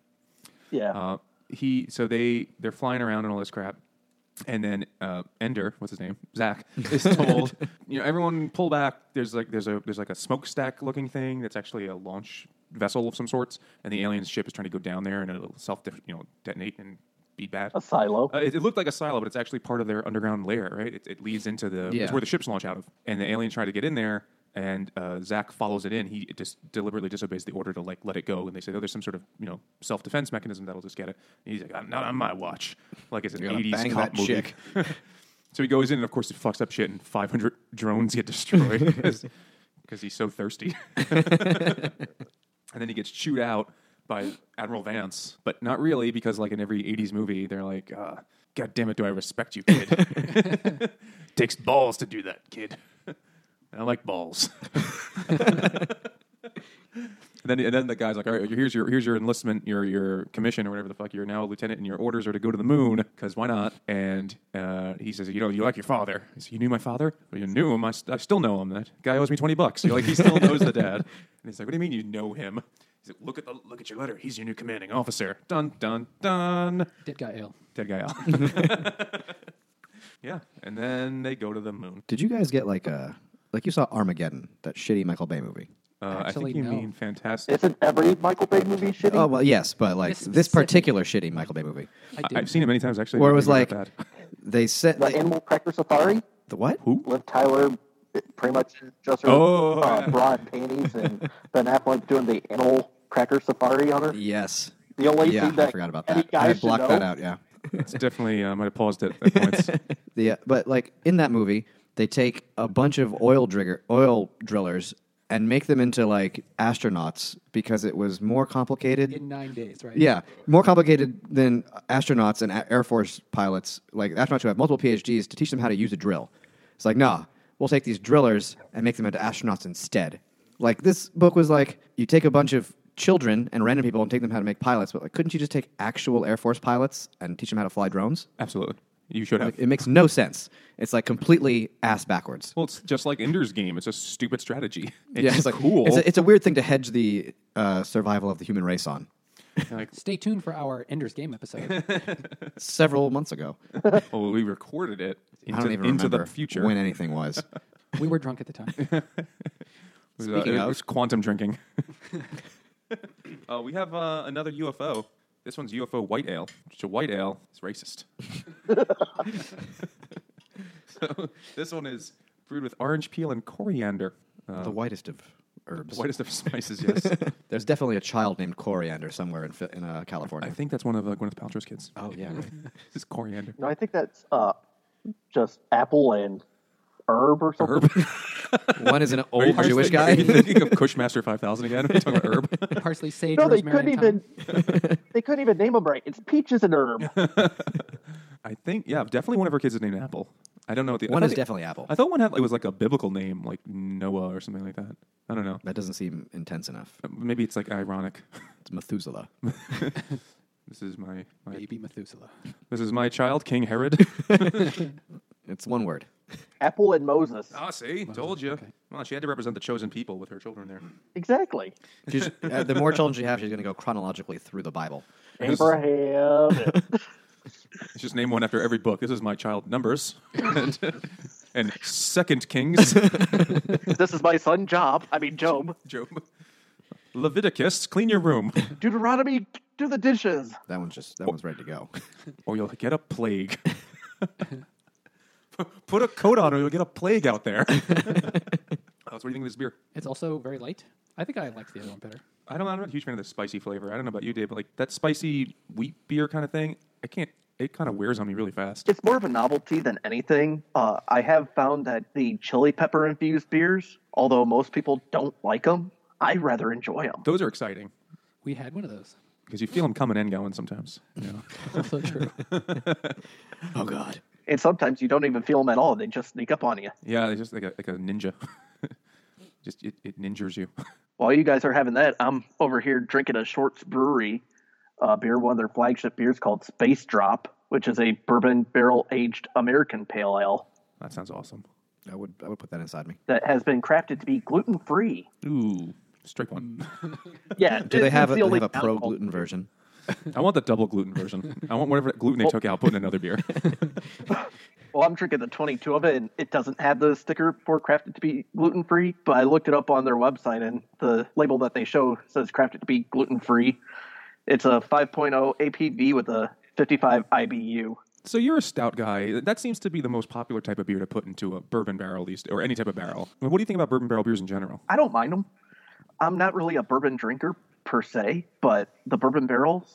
D: Yeah.
B: Uh, he so they they're flying around and all this crap, and then uh, Ender, what's his name, Zach, is told you know everyone pull back. There's like there's a there's like a smokestack looking thing that's actually a launch vessel of some sorts, and the alien ship is trying to go down there and it'll self def- you know detonate and be bad.
D: A silo.
B: Uh, it, it looked like a silo, but it's actually part of their underground lair, right? It, it leads into the
C: Yeah.
B: it's where the ships launch out of, and the aliens try to get in there, and uh, Zach follows it in. He just deliberately disobeys the order to like let it go, and they say, "Oh, there's some sort of you know self defense mechanism that'll just get it." And he's like, "I'm "Not on my watch!" Like it's an
C: You're gonna
B: '80s
C: bang
B: cop
C: that
B: movie.
C: chick.
B: so he goes in, and of course, it fucks up shit, and 500 drones get destroyed because he's so thirsty. and then he gets chewed out by Admiral Vance, but not really because, like in every '80s movie, they're like, uh, "God damn it, do I respect you, kid?" Takes balls to do that, kid. And I like balls. And then, and then the guy's like, "All right, here's your here's your enlistment, your your commission, or whatever the fuck. You're now a lieutenant, and your orders are to go to the moon because why not?" And uh, he says, "You know, you like your father. He says, you knew my father. Well, you knew him. I, st- I still know him. That guy owes me twenty bucks. You're like, he still knows the dad." And he's like, "What do you mean you know him?" He's like, "Look at the look at your letter. He's your new commanding officer." Dun dun dun.
A: Dead guy oh, ale.
B: Dead guy out. yeah, and then they go to the moon.
C: Did you guys get like a like you saw Armageddon, that shitty Michael Bay movie?
B: Uh, I
A: Actually,
B: think you
A: no.
B: mean fantastic.
D: Isn't every Michael Bay movie shitty?
C: Oh well, yes, but like
A: This
C: this,
A: specific-
C: particular shitty Michael Bay movie,
A: I
B: I-
A: did.
B: I've seen it many times actually.
C: where it was
B: They're
C: like
B: not bad.
C: they said
D: the Animal Cracker Safari
C: the what?
D: with Tyler pretty much just her
B: Oh,
D: uh,
B: yeah.
D: bra and panties and Ben Affleck doing the Animal Cracker Safari on her.
C: Yes.
D: The only
C: Yeah,
D: thing that
C: I forgot about
D: any
C: that. I
D: guy
C: had
D: should
C: blocked that
D: know-
C: out. Yeah.
B: It's definitely uh, I might have paused it at points.
C: The uh, but like in that movie, they take a bunch of oil drigger oil drillers and make them into like astronauts because it was more complicated.
A: in nine days, right?
C: Yeah, more complicated than astronauts and a- Air Force pilots, like astronauts who have multiple PhDs, to teach them how to use a drill. It's like, nah, we'll take these drillers and make them into astronauts instead. Like this book was like, you take a bunch of children and random people and take them how to make pilots, but like, couldn't you just take actual Air Force pilots and teach them how to fly drones?
B: Absolutely. You should have.
C: It makes no sense. It's like completely ass backwards.
B: Well, it's just like Ender's Game. It's a stupid strategy. It's,
C: yeah, it's like
B: cool.
C: It's a, it's a weird thing to hedge the uh, survival of the human race on.
A: Stay tuned for our Ender's Game episode.
C: Several months ago,
B: well, we recorded it
C: I
B: into,
C: don't even
B: into
C: remember
B: the future.
C: when anything was.
A: we were drunk at the time.
B: It was, uh,
C: Speaking
B: it
C: of-
B: was quantum drinking. uh, we have uh, another UFO. This one's UFO white ale. So white ale is racist. so this one is brewed with orange peel and coriander. Uh,
C: the whitest of herbs.
B: whitest of spices, yes.
C: There's definitely a child named coriander somewhere in Fi- in uh, California.
B: I think that's one of uh, Gwyneth Paltrow's kids.
C: oh yeah, right.
B: This is coriander.
D: No, I think that's uh, just apple and herb or something.
B: Herb.
C: one is an
B: Are you-
C: old
B: are you
C: Jewish
B: thinking- Are you
C: guy.
B: thinking of Kushmaster 5000 again? Are you talking about herb?
A: Parsley, sage,
D: No, they
A: rosemary,
D: couldn't
A: and thyme.
D: even. they couldn't even name them right. It's peaches and herb.
B: I think, yeah, definitely one of her kids is named Apple. I don't know what the I
C: One
B: thought
C: is
B: the-
C: definitely apple.
B: I thought one had it was like a biblical name, like Noah or something like that. I don't know.
C: That doesn't seem intense enough.
B: Maybe it's like ironic.
C: It's Methuselah.
B: This is my, my
A: Baby Methuselah.
B: this is my child, King Herod.
C: It's one word.
D: Apple and Moses.
B: ah, see, told you. Well, she had to represent the chosen people with her children there.
D: Exactly.
C: She's, uh, the more children you have, she's going to go chronologically through the Bible.
D: Abraham.
B: It's just name one after every book. This is my child, Numbers, and, and Second Kings,
D: this is my son Job. I mean Job.
B: Job, Leviticus. Clean your room,
D: Deuteronomy. Do the dishes.
C: That one's just that one's ready to go.
B: or you'll get a plague. Put a coat on, or you'll get a plague out there. That's what do you think of this beer?
A: It's also very light. I think I liked the other one better.
B: I don't. I'm not a huge fan of the spicy flavor. I don't know about you, Dave, but like that spicy wheat beer kind of thing, I can't. It kind of wears on me really fast.
D: It's more of a novelty than anything. Uh, I have found that the chili pepper infused beers, although most people don't like them, I rather enjoy them.
B: Those are exciting
A: We had one of those.
B: because you feel them coming and going sometimes. You know?
A: Also true.
C: Oh God.
D: And sometimes you don't even feel them at all. They just sneak up on you.
B: yeah, it's just like a, like a ninja. just it, it ninjas you.
D: While you guys are having that, I'm over here drinking a Shorts Brewery uh, beer, one of their flagship beers called Space Drop, which is a bourbon barrel aged American pale ale
B: that sounds awesome.
C: I would I would put that inside me.
D: that has been crafted to be gluten free.
B: Ooh, strike one.
D: Yeah.
C: Do they have a,
D: the
C: they
D: only
C: have a pro
D: downfall.
C: gluten version?
B: I want the double gluten version. I want whatever gluten they took out, put in another beer.
D: Well, I'm drinking the 22 of it, and it doesn't have the sticker for crafted to be gluten free. But I looked it up on their website, and the label oh that they show says crafted to be gluten free. It's a 5.0 APV with a 55 IBU.
B: So you're a stout guy. That seems to be the most popular type of beer to put into a bourbon barrel, these or any type of barrel. What do you think about bourbon barrel beers in general?
D: I don't mind them. I'm not really a bourbon drinker per se, but the bourbon barrels,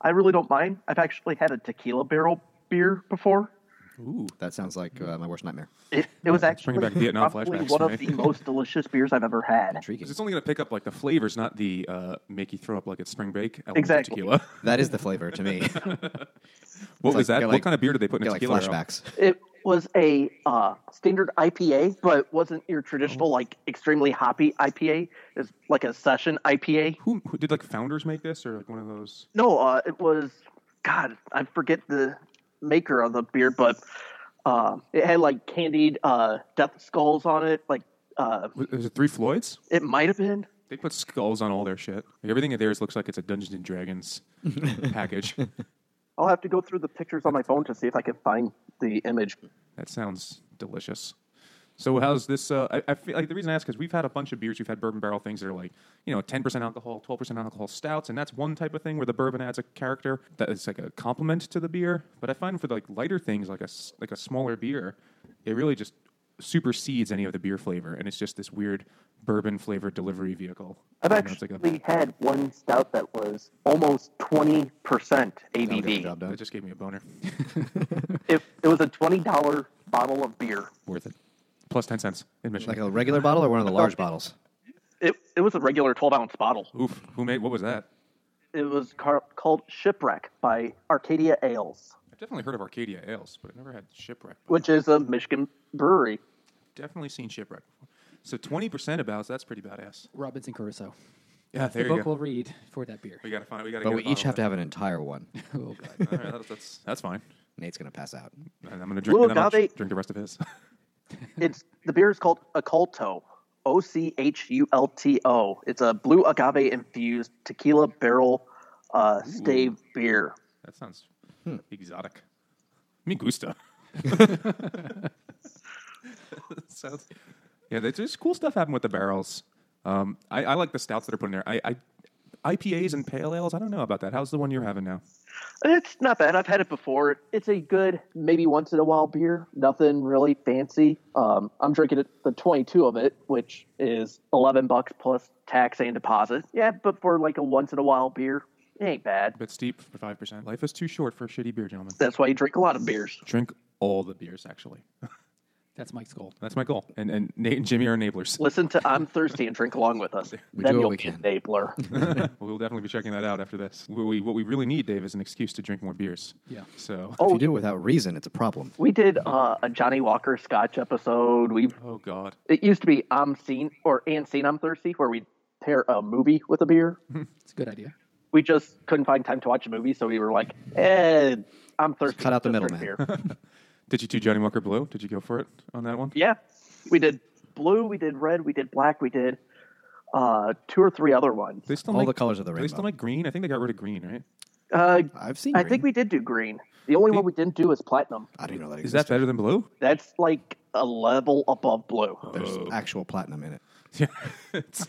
D: I really don't mind. I've actually had a tequila barrel beer before.
B: Ooh,
C: That sounds like
D: Mm-hmm.
C: uh, my worst nightmare.
D: It, it was actually
B: bringing back Vietnam
D: probably
B: flashbacks
D: one
B: to
D: of
B: me.
D: the most delicious beers I've ever had.
C: Intriguing.
B: it's only going to pick up like the flavors, not the uh, make you throw up like it's spring bake. element of
D: Exactly.
B: Tequila.
C: That is the flavor to me.
B: What was
C: It's like-
B: that?
C: get
B: what
C: like-
B: kind of beer did they put in
C: Get
B: a
C: like
B: tequila? barrel?
C: flashbacks.
D: It was a uh, standard IPA, but wasn't your
B: Oh.
D: traditional like extremely hoppy IPA. It's like a session IPA.
B: Who, who did like founders make this or like one of those?
D: No, uh, it was God. I forget the maker of the beer, but uh, it had like candied uh, death skulls on it. Like uh,
B: Was, was it Three Floyds?
D: it might have been.
B: They put skulls on all their shit. Like everything in theirs looks like it's a Dungeons and Dragons package.
D: I'll have to go through the pictures on my phone to see if I can find the image.
B: That sounds delicious. So how's this? Uh, I, I feel like the reason I ask is we've had a bunch of beers. We've had bourbon barrel things that are like you know ten percent alcohol, twelve percent alcohol stouts, and that's one type of thing where the bourbon adds a character that is like a complement to the beer. But I find for like lighter things, like a s- like a smaller beer, it really just supersedes any of the beer flavor, and it's just this weird bourbon flavored delivery vehicle.
D: I've
B: You know, it's
D: actually
B: like a-
D: had one stout that was almost twenty percent
C: That'll get the
D: ABV.
C: job done.
B: that just gave me a boner.
D: It, it was a twenty dollar bottle of beer.
B: Worth it. Plus ten cents admission.
C: Like a regular bottle or one of the large bottles?
D: It, it was a regular twelve ounce bottle.
B: Oof. Who made? What was that?
D: It was car- called Shipwreck by Arcadia Ales,
B: I've definitely heard of Arcadia Ales, but I've never had Shipwreck.
D: which is a Michigan brewery.
B: definitely seen shipwreck before. So twenty percent of bouts, that's pretty badass.
A: Robinson Crusoe.
B: Yeah, there
A: the
B: you
A: book
B: go.
A: will read for that beer.
B: We gotta find. We gotta.
C: But
B: get
C: we
B: a
C: each
B: bottle
C: have
B: of
C: to have an entire one.
A: Oh god.
B: that. All right, that's, that's that's fine.
C: Nate's gonna pass out.
B: And I'm gonna drink.
D: Little
B: and then I'll
D: agave-
B: dr- drink the rest of his.
D: It's the beer is called Occulto, O C H U L T O. It's a blue agave infused tequila barrel uh, stave beer.
B: that sounds
C: Hmm.
B: exotic. Me gusta. sounds. Yeah, there's just cool stuff happening with the barrels. Um, I, I like the stouts that are put in there. I, I IPAs and pale ales. I don't know about that. How's the one you're having now?
D: It's not bad. I've had it before. It's a good, maybe once in a while beer. Nothing really fancy. Um, I'm drinking it, the 22 of it, which is 11 bucks plus tax and deposit. Yeah, but for like a once in a while beer, it ain't bad.
B: A bit steep for five percent. Life is too short for a shitty beer, gentlemen.
D: That's why you drink a lot of beers.
B: Drink all the beers, actually.
A: That's Mike's goal.
B: That's my goal. And and Nate and Jimmy are enablers.
D: Listen to I'm Thirsty and drink along with us.
C: We
D: then
C: do what
D: you'll
C: we
D: be an
C: can.
D: enabler.
B: Well, we'll definitely be checking that out after this. What we, what we really need, Dave, is an excuse to drink more beers.
A: Yeah.
B: So.
C: If you do it without reason, it's a problem.
D: we did uh, a Johnny Walker Scotch episode. We
B: Oh God.
D: It used to be I'm Seen or And Seen I'm Thirsty, where we pair a movie with a beer.
A: It's a good idea.
D: we just couldn't find time to watch a movie, so we were like, eh, I'm thirsty.
C: cut out the
D: Just drink
C: middleman.
D: beer.
B: Did you do Johnny Walker Blue? Did you go for it on that one?
D: yeah, we did blue, we did red, we did black, we did uh, two or three other ones.
B: They still
C: All
B: make,
C: the colors of the
B: do They still
C: rainbow.
B: make green. I think they got rid of green, right?
D: Uh,
C: I've seen.
D: I think we did do green. The only one we didn't do is platinum.
C: I didn't know that
B: Is that better than blue?
D: That's like a level above blue.
C: There's
B: Oh.
C: actual platinum in it.
B: Yeah. It's-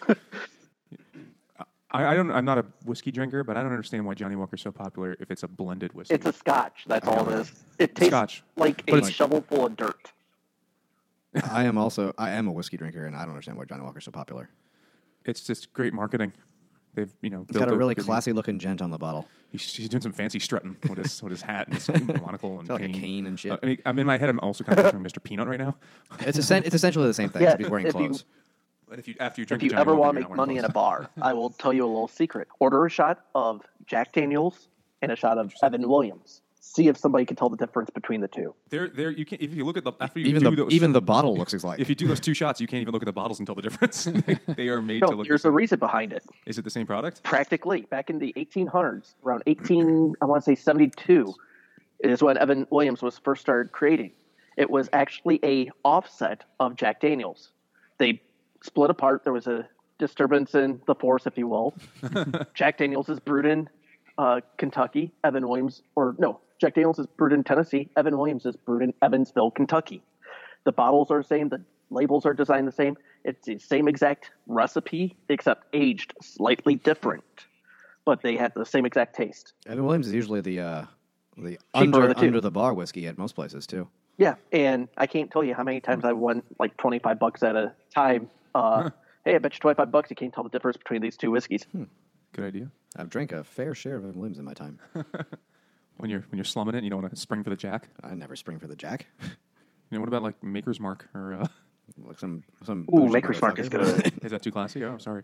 B: I, I don't. I'm not a whiskey drinker, but I don't understand why Johnny Walker's so popular if it's a blended whiskey.
D: It's a scotch. That's all it is. It tastes
B: Scotch.
D: like
B: But
D: a
B: it's-
D: shovelful of dirt.
C: I am also. I am a whiskey drinker, and I don't understand why Johnny Walker's so popular.
B: It's just great marketing. They've you know
C: It's got a really
B: good-
C: classy looking gent on the bottle.
B: He's, he's doing some fancy strutting with his with his hat and his monocle and
C: like a cane and shit.
B: Uh, I mean, I'm in my head. I'm also kind of picturing Mr. Peanut right now.
C: It's essen- it's essentially the same thing.
D: Yeah,
C: except he's wearing
D: if you-
C: clothes.
B: But if you after you
D: If
B: drink,
D: you
B: the Johnny
D: ever
B: Walker,
D: want to
B: you're
D: make
B: not wearing
D: money in
B: clothes.
D: a bar, I will tell you a little secret. Order a shot of Jack Daniels and a shot of Evan Williams. See if somebody can tell the difference between the two.
B: There, there. You can not if you look at the after you
C: Even
B: do
C: the
B: those,
C: even the bottle looks like.
B: if you do those two shots, you can't even look at the bottles and tell the difference. they are made to
D: No,
B: look.
D: there's
B: the
D: a
B: same.
D: reason behind it.
B: Is it the same product?
D: Practically, back in the 1800s, around 18, I want to say 72, is when Evan Williams was first started creating. It was actually a offset of Jack Daniels. They split apart. There was a disturbance in the force, if you will. Jack Daniels is brewed in uh, Kentucky. Evan Williams, or no, Jack Daniels is brewed in Tennessee. Evan Williams is brewed in Evansville, Kentucky. The bottles are the same. The labels are designed the same. It's the same exact recipe, except aged slightly different. But they had the same exact taste.
C: Evan Williams is usually the uh, The
D: Cheaper of
C: under
D: the two.
C: under the bar whiskey at most places too.
D: Yeah, and I can't tell you how many times I won like twenty five bucks at a time. Uh, hey, I bet you twenty five bucks you can't tell the difference between these two whiskeys.
B: Good idea.
C: I've drank a fair share of Evan Williams in my time.
B: When you're when you're slumming it, and you don't want to spring for the jack.
C: I never spring for the Jack.
B: You know, what about like Maker's Mark or uh,
C: Like some some.
D: Ooh,
C: bougie
D: Maker's Mark is
C: motherfucker.
D: good.
B: is that too classy? Oh, sorry.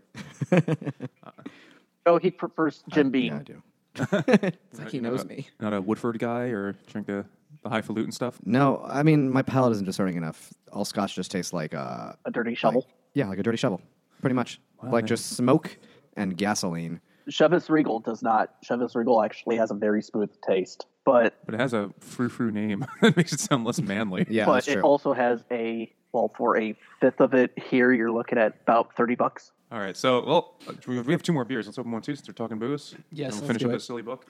D: oh, he prefers Jim Beam.
C: Yeah, I do.
F: It's like he knows me.
B: Not a Woodford guy or drink the the highfalutin stuff.
C: No, I mean my palate isn't discerning enough. All Scotch just tastes like uh,
D: a dirty shovel.
C: yeah, like a dirty shovel, pretty much. like just smoke and gasoline.
D: Chevis Regal does not. Chevis Regal actually has a very smooth taste, but
B: But it has a frou frou name that makes it sound less manly.
C: Yeah,
D: but
C: that's
D: it
C: true.
D: also has a well for a fifth of it here. You're looking at about thirty bucks.
B: All right. So, well, we have we have two more beers. Let's open one too since we're talking booze.
A: Yes,
B: And we'll
A: let's
B: finish
A: do
B: up
A: it.
B: this silly book.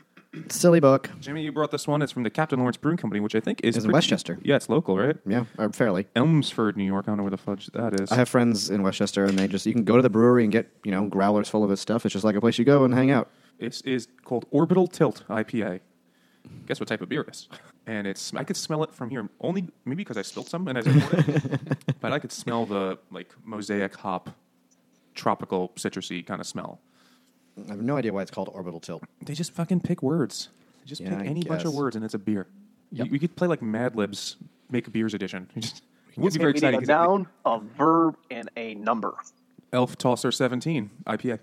C: Silly book.
B: Jimmy, you brought this one. It's from the Captain Lawrence Brewing Company, which I think is
C: It's in
B: pretty-
C: Westchester.
B: Yeah, it's local, right?
C: Yeah, or fairly.
B: Elmsford, New York. I don't know where the fudge that is.
C: I have friends in Westchester, and they just you can go to the brewery and get you know growlers full of his stuff. It's just like a place you go and hang out.
B: It is called Orbital Tilt IPA. Guess what type of beer it is? And it's I could smell it from here only maybe because I spilled some and I just poured it. but I could smell the like mosaic hop, tropical citrusy kind of smell.
C: I have no idea why it's called orbital tilt.
B: They just fucking pick words. They just
C: Yeah,
B: pick
C: I
B: any bunch of
C: guess.
B: words and it's a beer. You, we could play like Mad Libs, make a beers edition. You just- It would be
D: And
B: very
D: we
B: exciting.
D: need a
B: 'cause it-
D: noun, a verb, and a number.
B: Elf Tosser 17 IPA.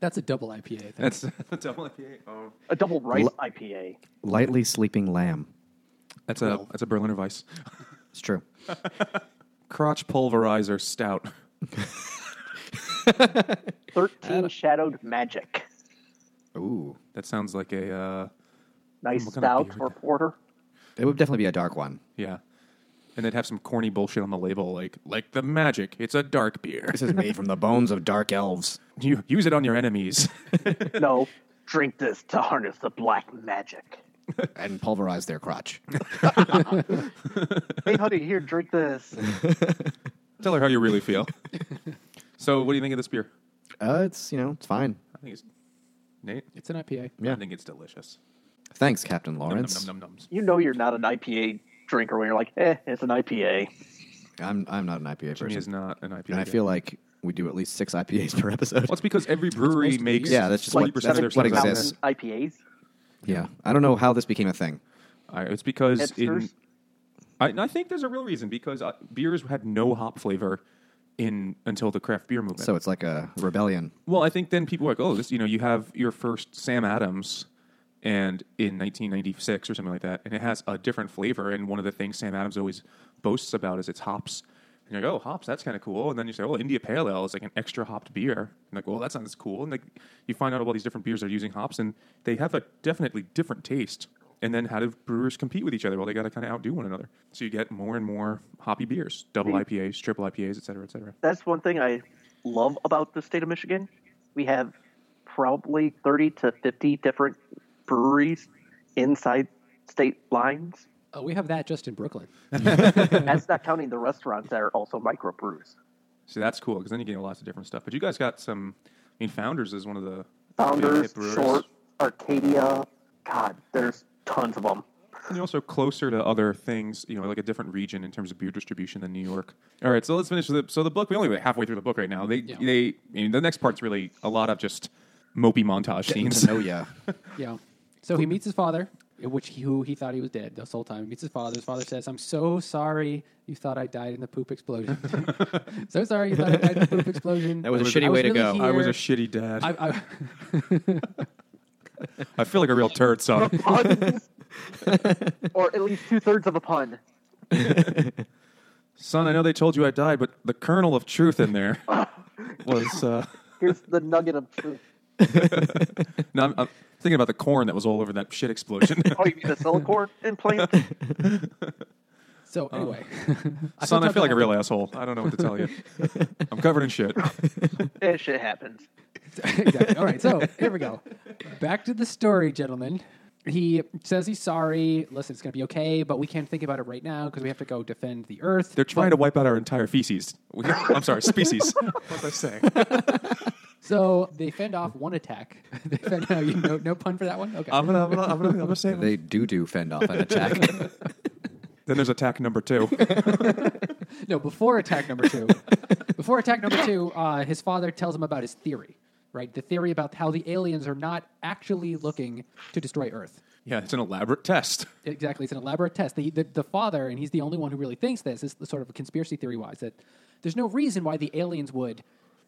A: That's a double IPA. I think.
B: That's a double IPA. Oh.
D: A double rice IPA.
C: Lightly sleeping lamb.
B: That's a that's a Berliner Weiss.
C: It's true.
B: Crotch pulverizer stout.
D: Thirteen shadowed magic.
C: Ooh,
B: That sounds like a uh,
D: Nice
B: What kind of
D: stout
B: beer?
D: or porter.
C: it would definitely be a dark one.
B: yeah. And they'd have some corny bullshit on the label, like like the magic. It's a dark beer.
C: This is made from the bones of dark elves.
B: you use it on your enemies.
D: No, drink this to harness the black magic.
C: and pulverize their crotch.
D: Hey, honey, here, drink this.
B: Tell her how you really feel. so, what do you think of this beer?
C: uh, it's you know it's fine.
B: I think it's Nate.
A: It's an IPA.
B: I think it's delicious.
C: Thanks, Captain
B: Num,
C: Lawrence.
B: num, num, nums.
D: You know you're not an IPA drinker when you're like, eh, it's an IPA.
C: I'm I'm not an IPA
B: Jimmy
C: person,
B: is not an IPA.
C: and I
B: guy.
C: feel like we do at least six IPAs per episode.
B: well, it's because every brewery makes
C: Yeah, that's just what-
B: 20%
C: that's
B: of their stuff
C: what
B: out there.
C: exists.
D: Mountain IPAs.
C: yeah, I don't know how this became a thing.
B: I, it's because in,
D: Hipsters.
B: I, and I think there's a real reason because uh, beers had no hop flavor in until the craft beer movement.
C: So it's like a rebellion.
B: Well, I think then people were like, oh, this, you know, you have your first Sam Adams and in 1996 or something like that, and it has a different flavor. And one of the things Sam Adams always boasts about is its hops. And you're like, oh, hops, that's kind of cool. And then you say, oh, India Pale Ale is like an extra hopped beer. And like, well, that sounds cool. And like, you find out all these different beers that are using hops, and they have a definitely different taste. And then how do brewers compete with each other? Well, they got to kind of outdo one another. So you get more and more hoppy beers, double IPAs, triple IPAs, et cetera, et cetera.
D: That's one thing I love about the state of Michigan. We have probably 30 to 50 different breweries inside state lines.
A: Oh, we have that just in Brooklyn.
D: That's not counting the restaurants that are also microbrews.
B: So that's cool because then you get lots of different stuff. But you guys got some. I mean, Founders is one of the
D: Founders,
B: hip brewers.
D: Short, Arcadia. God, there's tons of them.
B: And you're also closer to other things, you know, like a different region in terms of beer distribution than New York. All right, so let's finish the so the book. We only went halfway through the book right now. They they I mean, the next part's really a lot of just mopey montage scenes.
C: Oh yeah,
A: Yeah. So he meets his father, which he, who he thought he was dead this whole time. He meets his father. His father says, "I'm so sorry you thought I died in the poop explosion. so sorry you thought I died in the poop explosion.
C: That was a
A: I
C: shitty way to
A: really
C: go.
B: I was a
A: here.
B: shitty dad. I,
A: I- I-
B: feel like a real turd son.
D: Puns, or at least two thirds of a pun.
B: son, I know they told you I died, but the kernel of truth in there was. Uh,
D: Here's the nugget of truth.
B: no, I'm, I'm thinking about the corn that was all over that shit explosion.
D: Oh, you mean the silicone implant?
A: so anyway, I
B: Oh. Son, I
A: felt
B: feel like a
A: bad.
B: real asshole. I don't know what to tell you. I'm covered in shit.
D: that Eh, shit happens.
A: exactly. All right, so here we go. Back to the story, gentlemen. He says he's sorry. Listen, it's going to be okay, but we can't think about it right now because we have to go defend the Earth.
B: They're trying to wipe out our entire feces. We- I'm sorry, species. what was I saying?
A: So they fend off one attack. they fend, no, you, no, no pun for that one. Okay.
B: I'm gonna, I'm gonna, I'm gonna, I'm gonna say it.
C: They do do fend off an attack.
B: Then there's attack number two.
A: No, before attack number two. before attack number two, uh, his father tells him about his theory, right? The theory about how the aliens are not actually looking to destroy Earth.
B: yeah, it's an elaborate test.
A: Exactly, it's an elaborate test. The, the, the father, and he's the only one who really thinks this, is the sort of a conspiracy theory wise that there's no reason why the aliens would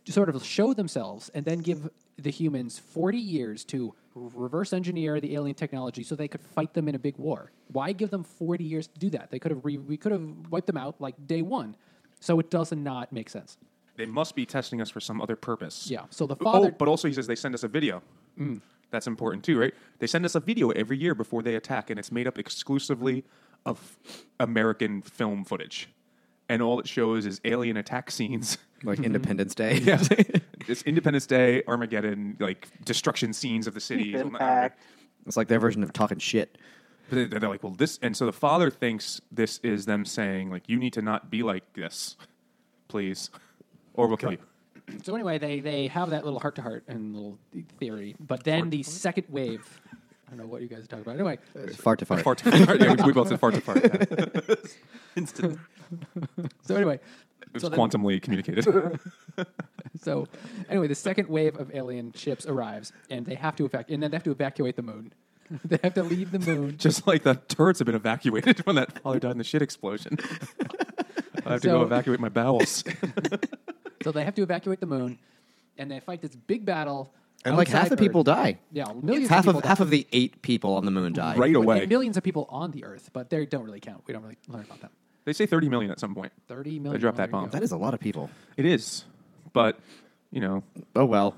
A: just sort of show themselves and then give the humans 40 years to reverse engineer the alien technology so they could fight them in a big war. Why give them 40 years to do that? They could have re- we could have wiped them out like day 1. So it does not make sense.
B: They must be testing us for some other purpose.
A: Yeah, so the
B: Oh,
A: father- Mm.
B: but also he says they send us a video. That's important too, right? They send us a video every year before they attack, and it's made up exclusively of American film footage, and all it shows is alien attack scenes.
C: like Independence Day.
B: it's Independence Day, Armageddon, like destruction scenes of the city.
D: Impact.
C: It's like their version of talking shit.
B: But they- they're like, well, this, and so the father thinks this is them saying, like, you need to not be like this, please, or we'll kill you.
A: So anyway, they they have that little heart to heart and little theory, but then the second wave. I don't know what you guys are talking about. Anyway,
C: Fart to fart.
B: Fart to fart. Yeah, we- we both said fart to fart. Yeah. Instant.
A: so anyway,
B: It
A: so
B: was
A: then-
B: quantumly communicated.
A: So anyway, the second wave of alien ships arrives, and they have to evac- and then they have to evacuate the moon. they have to leave the moon.
B: Just like the turrets have been evacuated when that father died in the shit explosion. I have to
A: So-
B: go evacuate my bowels.
A: so they have to evacuate the moon, and they fight this big battle.
C: and like half
A: outside
C: the people
A: Earth.
C: die.
A: Yeah, millions
C: half
A: of
C: of
A: people die.
C: half of the eight people on the moon die.
B: right
A: But
B: away.
A: millions of people on the Earth, but they don't really count. We don't really learn about them.
B: They say 30 million at some point.
A: Thirty million.
B: dropped that
A: there you go.
B: bomb.
C: That is a lot of people.
B: It is. But, you know,
C: Oh well.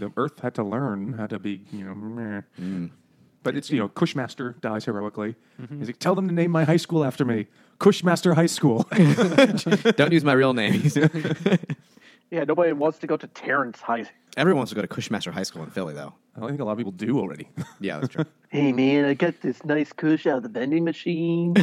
B: the Earth had to learn how to be, you know, meh. But it's, you know, Cushmaster dies heroically. He's like, tell them to name my high school after me. Cushmaster High School.
C: Don't use my real name.
D: Yeah, nobody wants to go to Terrence High.
C: Everyone wants to go to Cushmaster High School in Philly, though.
B: I don't think a lot of people do already.
C: Yeah, that's true.
D: Hey man, I got this nice kush out of the vending machine.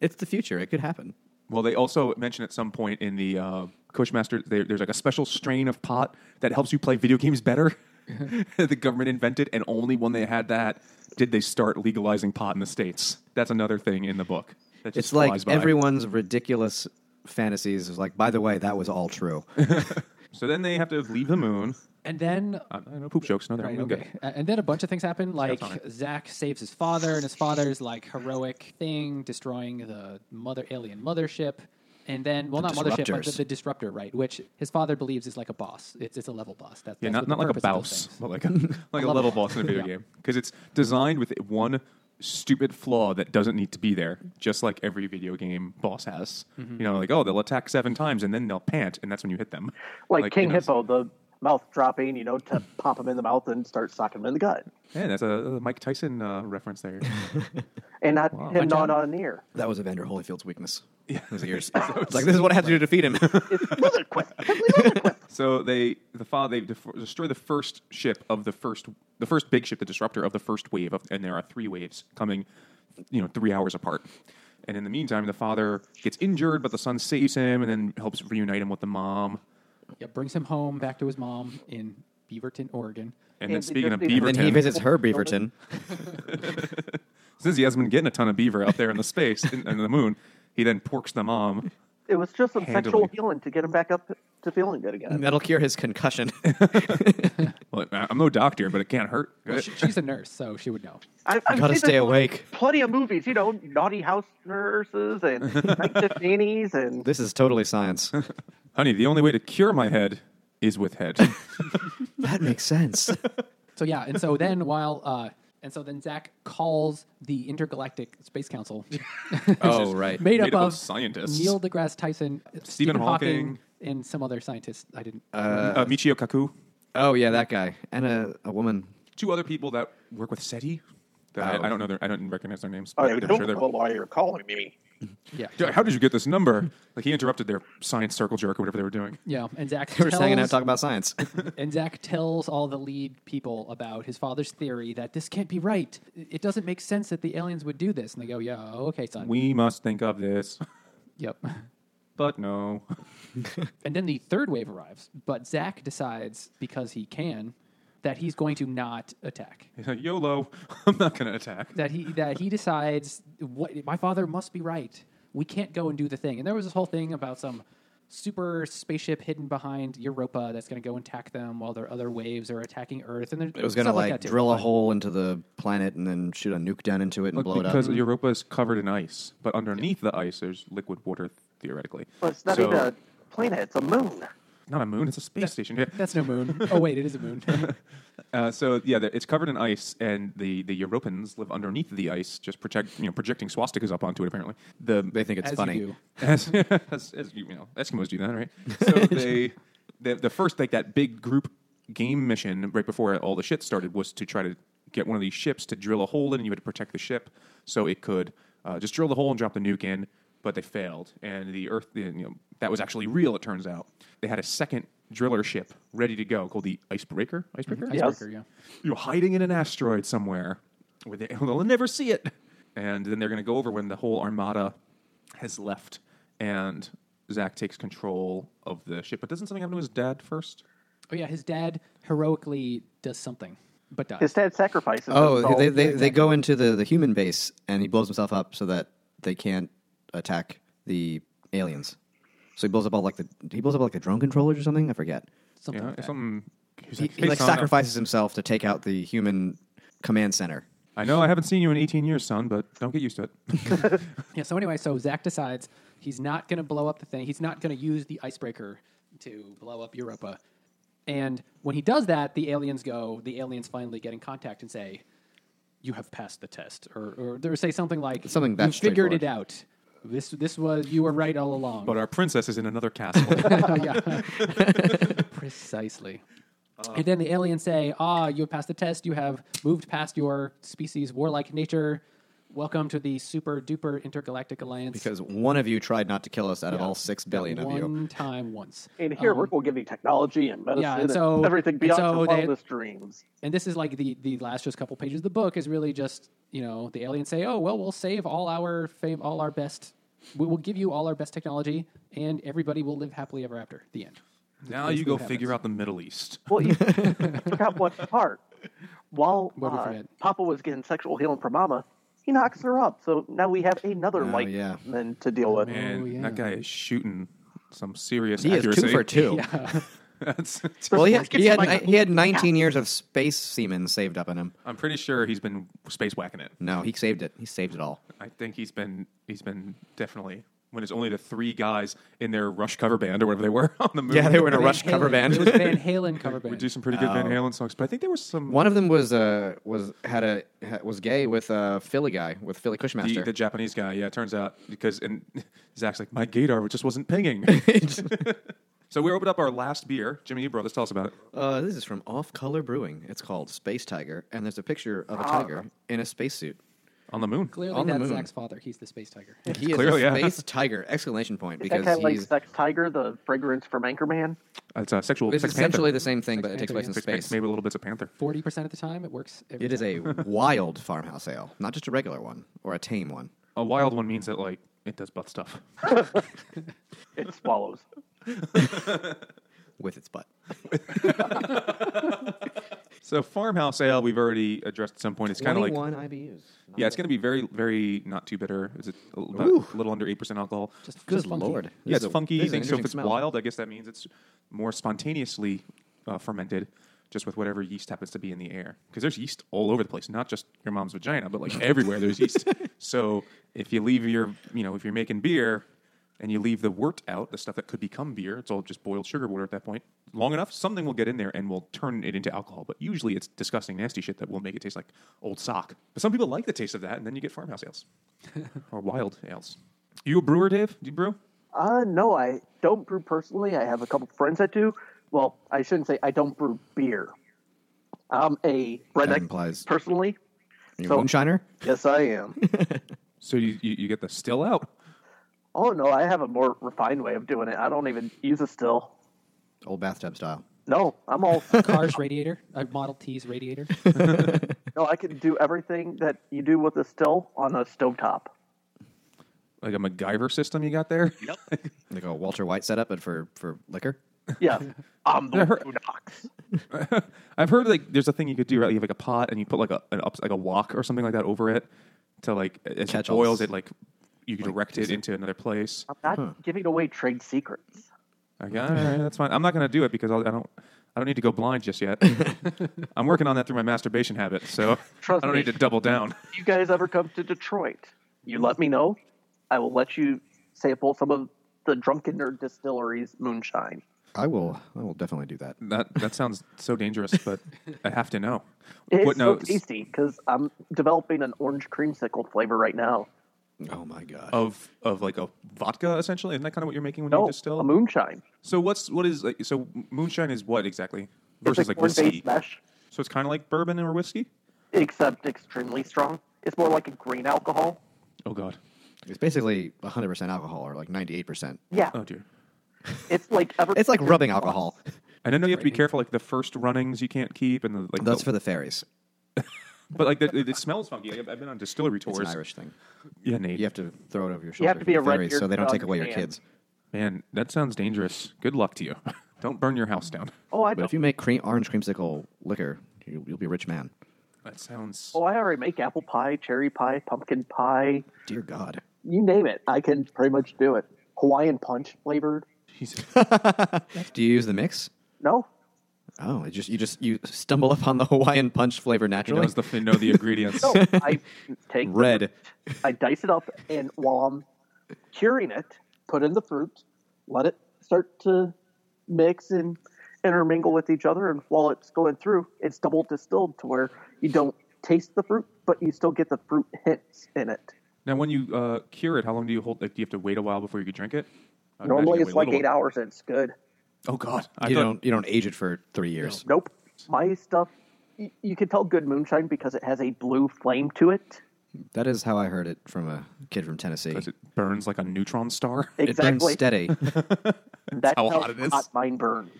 C: it's the future. It could happen.
B: Well, they also mention at some point in the uh, Cushmaster, there, there's like a special strain of pot that helps you play video games better. the government invented, and only when they had that did they start legalizing pot in the states. That's another thing in the book. That just
C: It's like
B: flies by.
C: everyone's ridiculous fantasies is like. By the way, that was all true.
B: So then they have to leave the moon. Uh,
A: And then
B: I I know poop jokes. No, they're
A: Right,
B: not
A: okay. A- And then a bunch of things happen. Like
B: on it.
A: Zach saves his father, and his father's like heroic thing, destroying the mother alien mothership. And then, well,
C: The
A: not mothership, but the,
C: disruptors.
A: the disruptor, right? Which his father believes is like a boss. It's it's a level boss. That's,
B: Yeah,
A: that's
B: not,
A: what
B: not
A: the
B: like a
A: purpose of those
B: boss,
A: things.
B: but like a, like a
A: level
B: little
A: boss.
B: boss in a video
A: Yeah.
B: game. Because it's designed with one stupid flaw that doesn't need to be there, just like every video game boss has.
A: Mm-hmm.
B: You know, like, oh, they'll attack seven times and then they'll pant, and that's when you hit them.
D: like, King
B: you know,
D: Hippo, the mouth dropping, you know, to pop him in the mouth and start socking him in the gut.
B: Yeah, that's a, a Mike Tyson uh, reference there.
D: And not him
A: Watch
D: gnawing on an ear.
C: That was Evander Holyfield's weakness. Yeah, his ears. it's like this is what I have to do to defeat him.
D: It's Lutherquist. It's Lutherquist.
B: so they, the father, they def- destroy the first ship of the first, the first big ship, the disruptor of the first wave, of, and there are three waves coming, you know, three hours apart. And in the meantime, the father gets injured, but the son saves him and then helps reunite him with the mom.
A: Yeah, brings him home back to his mom in Beaverton, Oregon.
B: And, then
D: And
B: speaking of
D: they just-
B: beaver,
D: Then
C: then he visits her Beaverton.
B: since he hasn't been getting a ton of beaver out there in the space and and the moon, he then porks the mom.
D: It was just some sexual
B: Handily.
D: healing to get him back up to feeling good again.
C: And that'll cure his concussion.
B: Well, I- I'm no doctor, but it can't hurt.
A: Well, she, she's a nurse, so she would know.
D: I, I've
C: Gotta
D: seen
C: stay
D: this in
C: awake.
D: Plenty of movies, you know, naughty house nurses and night shift nannies and
C: This is totally science.
B: Honey, the only way to cure my head is with head.
C: that makes sense.
A: So yeah, and so then while uh, and so then Zach calls the Intergalactic Space Council,
C: oh right.
A: made, up,
B: Made up
A: of
B: of scientists.
A: Neil deGrasse Tyson, Stephen,
B: Hawking.
A: and some other scientists. I didn't.
B: uh, Michio Kaku,
C: Oh yeah, that guy and a, a woman.
B: two other people that work with SETI. That
C: Oh.
B: I, I don't know. Their, I don't recognize their names.
D: I
B: but I'm
D: don't
B: sure they're-
D: know why you're calling me.
A: yeah.
B: Yeah, How did you get this number? Like he interrupted their science circle jerk or whatever they were doing.
A: Yeah, and Zach
C: They were just hanging out
A: tells-
C: talking about science.
A: And Zach tells all the lead people about his father's theory that this can't be right. It doesn't make sense that the aliens would do this. And they go, yeah, okay, son.
B: We must think of this,
A: yep.
B: but no.
A: and then the third wave arrives, but Zack decides because he can that he's going to not attack.
B: YOLO, I'm not going to attack.
A: That he that he decides what my father must be right. We can't go and do the thing. And there was this whole thing about some super spaceship hidden behind Europa that's going to go and attack them while their other waves are attacking Earth. And
C: It was going to like, drill a hole into the planet and then shoot a nuke down into it and blow it up.
B: Oh, because Europa is covered in ice, but underneath the ice, there's liquid water theoretically.
D: Well, it's not
B: So-
D: even a planet; it's a moon.
B: not a moon; it's a space station. Yeah.
A: That's no moon. oh wait, it is a moon.
B: Uh, so yeah, the- it's covered in ice, and the the Europans live underneath the ice, just project you know projecting swastikas up onto it. Apparently, the
C: They think it's
A: As you
C: funny.
A: do.
B: as, as, as you, you know, Eskimos do that, right? So they, the, the first like that big group game mission right before all the shit started was to try to get one of these ships to drill a hole in. You had to protect the ship so it could uh, just drill the hole and drop the nuke in. But they failed, and the Earth, you know, that was actually real. It turns out they had a second driller ship ready to go called the Icebreaker. Icebreaker.
A: Icebreaker, yeah.
B: You're hiding in an asteroid somewhere where they, they'll never see it. And then they're going to go over when the whole armada has left and Zack takes control of the ship. But doesn't something happen to his dad first?
A: Oh yeah, his dad heroically does something, but dies.
D: His dad sacrifices.
C: Oh,
D: himself.
C: they, they, they go into the, the human base and he blows himself up so that they can't attack the aliens. So he blows up all like the he blows up like the drone controllers or something. I forget.
A: something.
B: Yeah,
A: like that.
B: something. he's
C: He, he,
B: "Hey,
C: like
B: son, I-
C: sacrifices himself to take out the human command center.
B: I know I haven't seen you in 18 years, son, but don't get used to it.
A: Yeah. So anyway, so Zach decides he's not going to blow up the thing. He's not going to use the icebreaker to blow up Europa. And when he does that, the aliens go. The aliens finally get in contact and say, "You have passed the test," or or they say something like,
C: Something
A: you
C: that's
A: figured it out." This this was you were right all along.
B: but our princess is in another castle.
A: yeah. Precisely. and then the aliens say, "Ah, you have passed the test. You have moved past your species' warlike nature. Welcome to the super duper intergalactic alliance."
C: Because one of you tried not to kill us out of
A: Yeah.
C: all six billion
A: That
C: of you.
A: One time once.
D: And here we're going to give you technology and medicine
A: yeah, and
D: and,
A: so-
D: everything
A: and
D: beyond
A: so
D: your
A: they-
D: wildest dreams.
A: And this is like the, the last just couple pages of the book is really just, you know, the aliens say, oh, well, we'll save all our, fav- all our best, we will give you all our best technology and everybody will live happily ever after. The end.
B: now you go figure out the Middle East.
D: Well, you forgot one part. While
A: What did we
D: uh,
A: forget?
D: Papa was getting sexual healing from Mama, he knocks her up. So now we have another
C: Oh,
D: white
C: yeah.
D: man to deal with.
B: And
A: yeah.
B: that guy is shooting some serious
C: Oh, He is
B: accuracy.
C: two for two.
B: That's-
C: Well, he had, he, had,
D: Like-
C: he had 19 years of space semen saved up in him.
B: I'm pretty sure he's been space whacking it.
C: No, he saved it. He saved it all.
B: I think he's been he's been definitely when it's only the three guys in their Rush cover band or whatever they were on the movie.
C: Yeah, they were in a
A: Van
C: Rush cover
A: Halen.
C: band. Oh.
A: It was Van Halen cover band.
B: We do some pretty good Van Halen songs, but I think there was some
C: One of them was uh was had a ha- was gay with a Philly guy with Philly
B: the,
C: Cushmaster.
B: the Japanese guy. Yeah, it turns out because and Zach's like my gator just wasn't pinging. so we opened up our last beer. Jimmy, you brought this. Tell us about it.
C: uh, this is from Off Color Brewing. It's called Space Tiger, and there's a picture of a tiger in a spacesuit.
B: On the moon.
A: Clearly
C: on the
A: that's
C: moon.
A: Zach's father. He's the space tiger.
C: He is
B: Clearly,
C: a
B: yeah.
C: space tiger! Exclamation point
D: Is that
C: because
D: kind of like
C: he's
D: Sex Tiger, the fragrance from Anchorman?
B: It's a sexual.
C: it's
B: sex
C: essentially
B: panther.
C: the same thing, but it takes place in
B: Sex panther,
C: space.
B: Maybe a little bits of panther.
A: 40% of the time it works. Every
C: It is a wild farmhouse ale, not just a regular one or a tame one.
B: A wild one means that like it does butt stuff.
D: It swallows.
C: with its butt.
B: so farmhouse ale we've already addressed at some point. It's kind of like
C: IBUs.
B: Yeah, it's going to be very, very not too bitter. Is it a little, about, a little under eight percent alcohol?
A: Just,
C: Good
A: just funky.
C: lord! This
B: yeah,
C: is
B: it's
C: a-
B: funky.
C: this is an
B: thing, so if
C: interesting
B: it's
C: smell.
B: wild, I guess that means it's more spontaneously uh, fermented, just with whatever yeast happens to be in the air. Because there's yeast all over the place, not just your mom's vagina, but like everywhere there's yeast. So if you leave your, you know, if you're making beer and you leave the wort out, the stuff that could become beer, it's all just boiled sugar water at that point. Long enough, something will get in there and will turn it into alcohol. But usually, it's disgusting, nasty shit that will make it taste like old sock. But some people like the taste of that, and then you get farmhouse ales or wild ales. You a brewer, Dave? Do you brew?
D: Uh, no, I don't brew personally. I have a couple friends that do. Well, I shouldn't say I don't brew beer. I'm a redneck
C: implies-
D: personally.
C: You
D: So-
C: moonshiner.
D: Yes, I am.
B: So you, you, you get the still out.
D: oh no, I have a more refined way of doing it. I don't even use a still.
C: Old bathtub style.
D: No, I'm all
A: Car's radiator, a Model T's radiator.
D: no. I can do everything that you do with a still on a stovetop.
B: like a MacGyver system you got there.
D: Yep.
C: Like a Walter White setup, but for for liquor.
G: Yeah.
D: I'm the one who knocks.
B: I've heard like there's a thing you could do right. You have like a pot and you put like a an ups, like a wok or something like that over it to like as it
C: Catch
B: boils
C: all-
B: it like you could direct it into another place.
D: I'm not giving away trade secrets.
B: Like, all right, that's fine. I'm not going to do it because I'll, I don't. I don't need to go blind just yet. I'm working on that through my masturbation habit, so
D: Trust
B: I don't
D: me.
B: need to double down.
D: If you guys ever come to Detroit, you let me know. I will let you sample some of the Drunken Nerd Distillery's moonshine.
C: I will. I will definitely do that.
B: That that sounds so dangerous, but I have to know.
D: It's
B: What
D: so
B: notes?
D: tasty because I'm developing an orange creamsicle flavor right now.
C: Oh my god.
B: of of like a vodka essentially. Isn't that kind of what you're making when
D: No,
B: you distill?
D: a moonshine.
B: so what's what is like so moonshine is what exactly
D: It's
B: versus like
D: corn-based
B: whiskey?
D: mesh,
B: So it's kind of like bourbon or whiskey.
D: except extremely strong. It's more like a grain alcohol.
B: Oh God.
C: It's basically 100% alcohol or like 98%.
D: Yeah,
B: Oh dear.
D: it's like ever.
C: It's like rubbing alcohol.
B: And I know you have to be careful. Like the first runnings you can't keep, and the, like
C: That's
B: the-
C: for the fairies.
B: but like the, it, it smells funky. I've, I've been on distillery
C: It's
B: tours.
C: an Irish thing.
B: Yeah, Nate.
C: You have to throw it over your shoulder.
D: You have to
C: for
D: be
C: the
D: a red-eared
C: fairies, so they don't
D: dog
C: take away your
D: fan.
C: kids.
B: Man, that sounds dangerous. Good luck to you. Don't burn your house down.
D: oh, I
C: But
D: know.
C: if you make cream, orange creamsicle liquor, you, you'll be a rich man.
B: That sounds.
D: oh, I already make apple pie, cherry pie, pumpkin pie.
C: Dear God.
D: You name it, I can pretty much do it. Hawaiian punch flavored.
B: Jesus.
C: Do you use the mix?
D: No,
C: Oh, it just you just you stumble upon the Hawaiian punch flavor
B: He
C: naturally.
B: knows the fin- know the ingredients.
D: no. I take
C: Red.
D: I dice it up, and while I'm curing it, put in the fruit, let it start to mix and intermingle with each other. And while it's going through, it's double distilled to where you don't taste the fruit, but you still get the fruit hints in it.
B: Now, when you uh, cure it, how long do you hold? Like, do you have to wait a while before you can drink it? I would
D: Normally,
B: imagine you wait a
D: it's like
B: little
D: eight
B: while.
D: hours, and it's good.
B: Oh God, I
C: you
B: thought-
C: don't you don't age it for three years.
D: Nope, my stuff. y- You can tell good moonshine because it has a blue flame to it.
C: That is how I heard it from a kid from Tennessee.
B: Because it burns like a neutron star.
C: It burns
D: Exactly.
C: steady.
D: That's
B: how hot it is.
D: mine burns.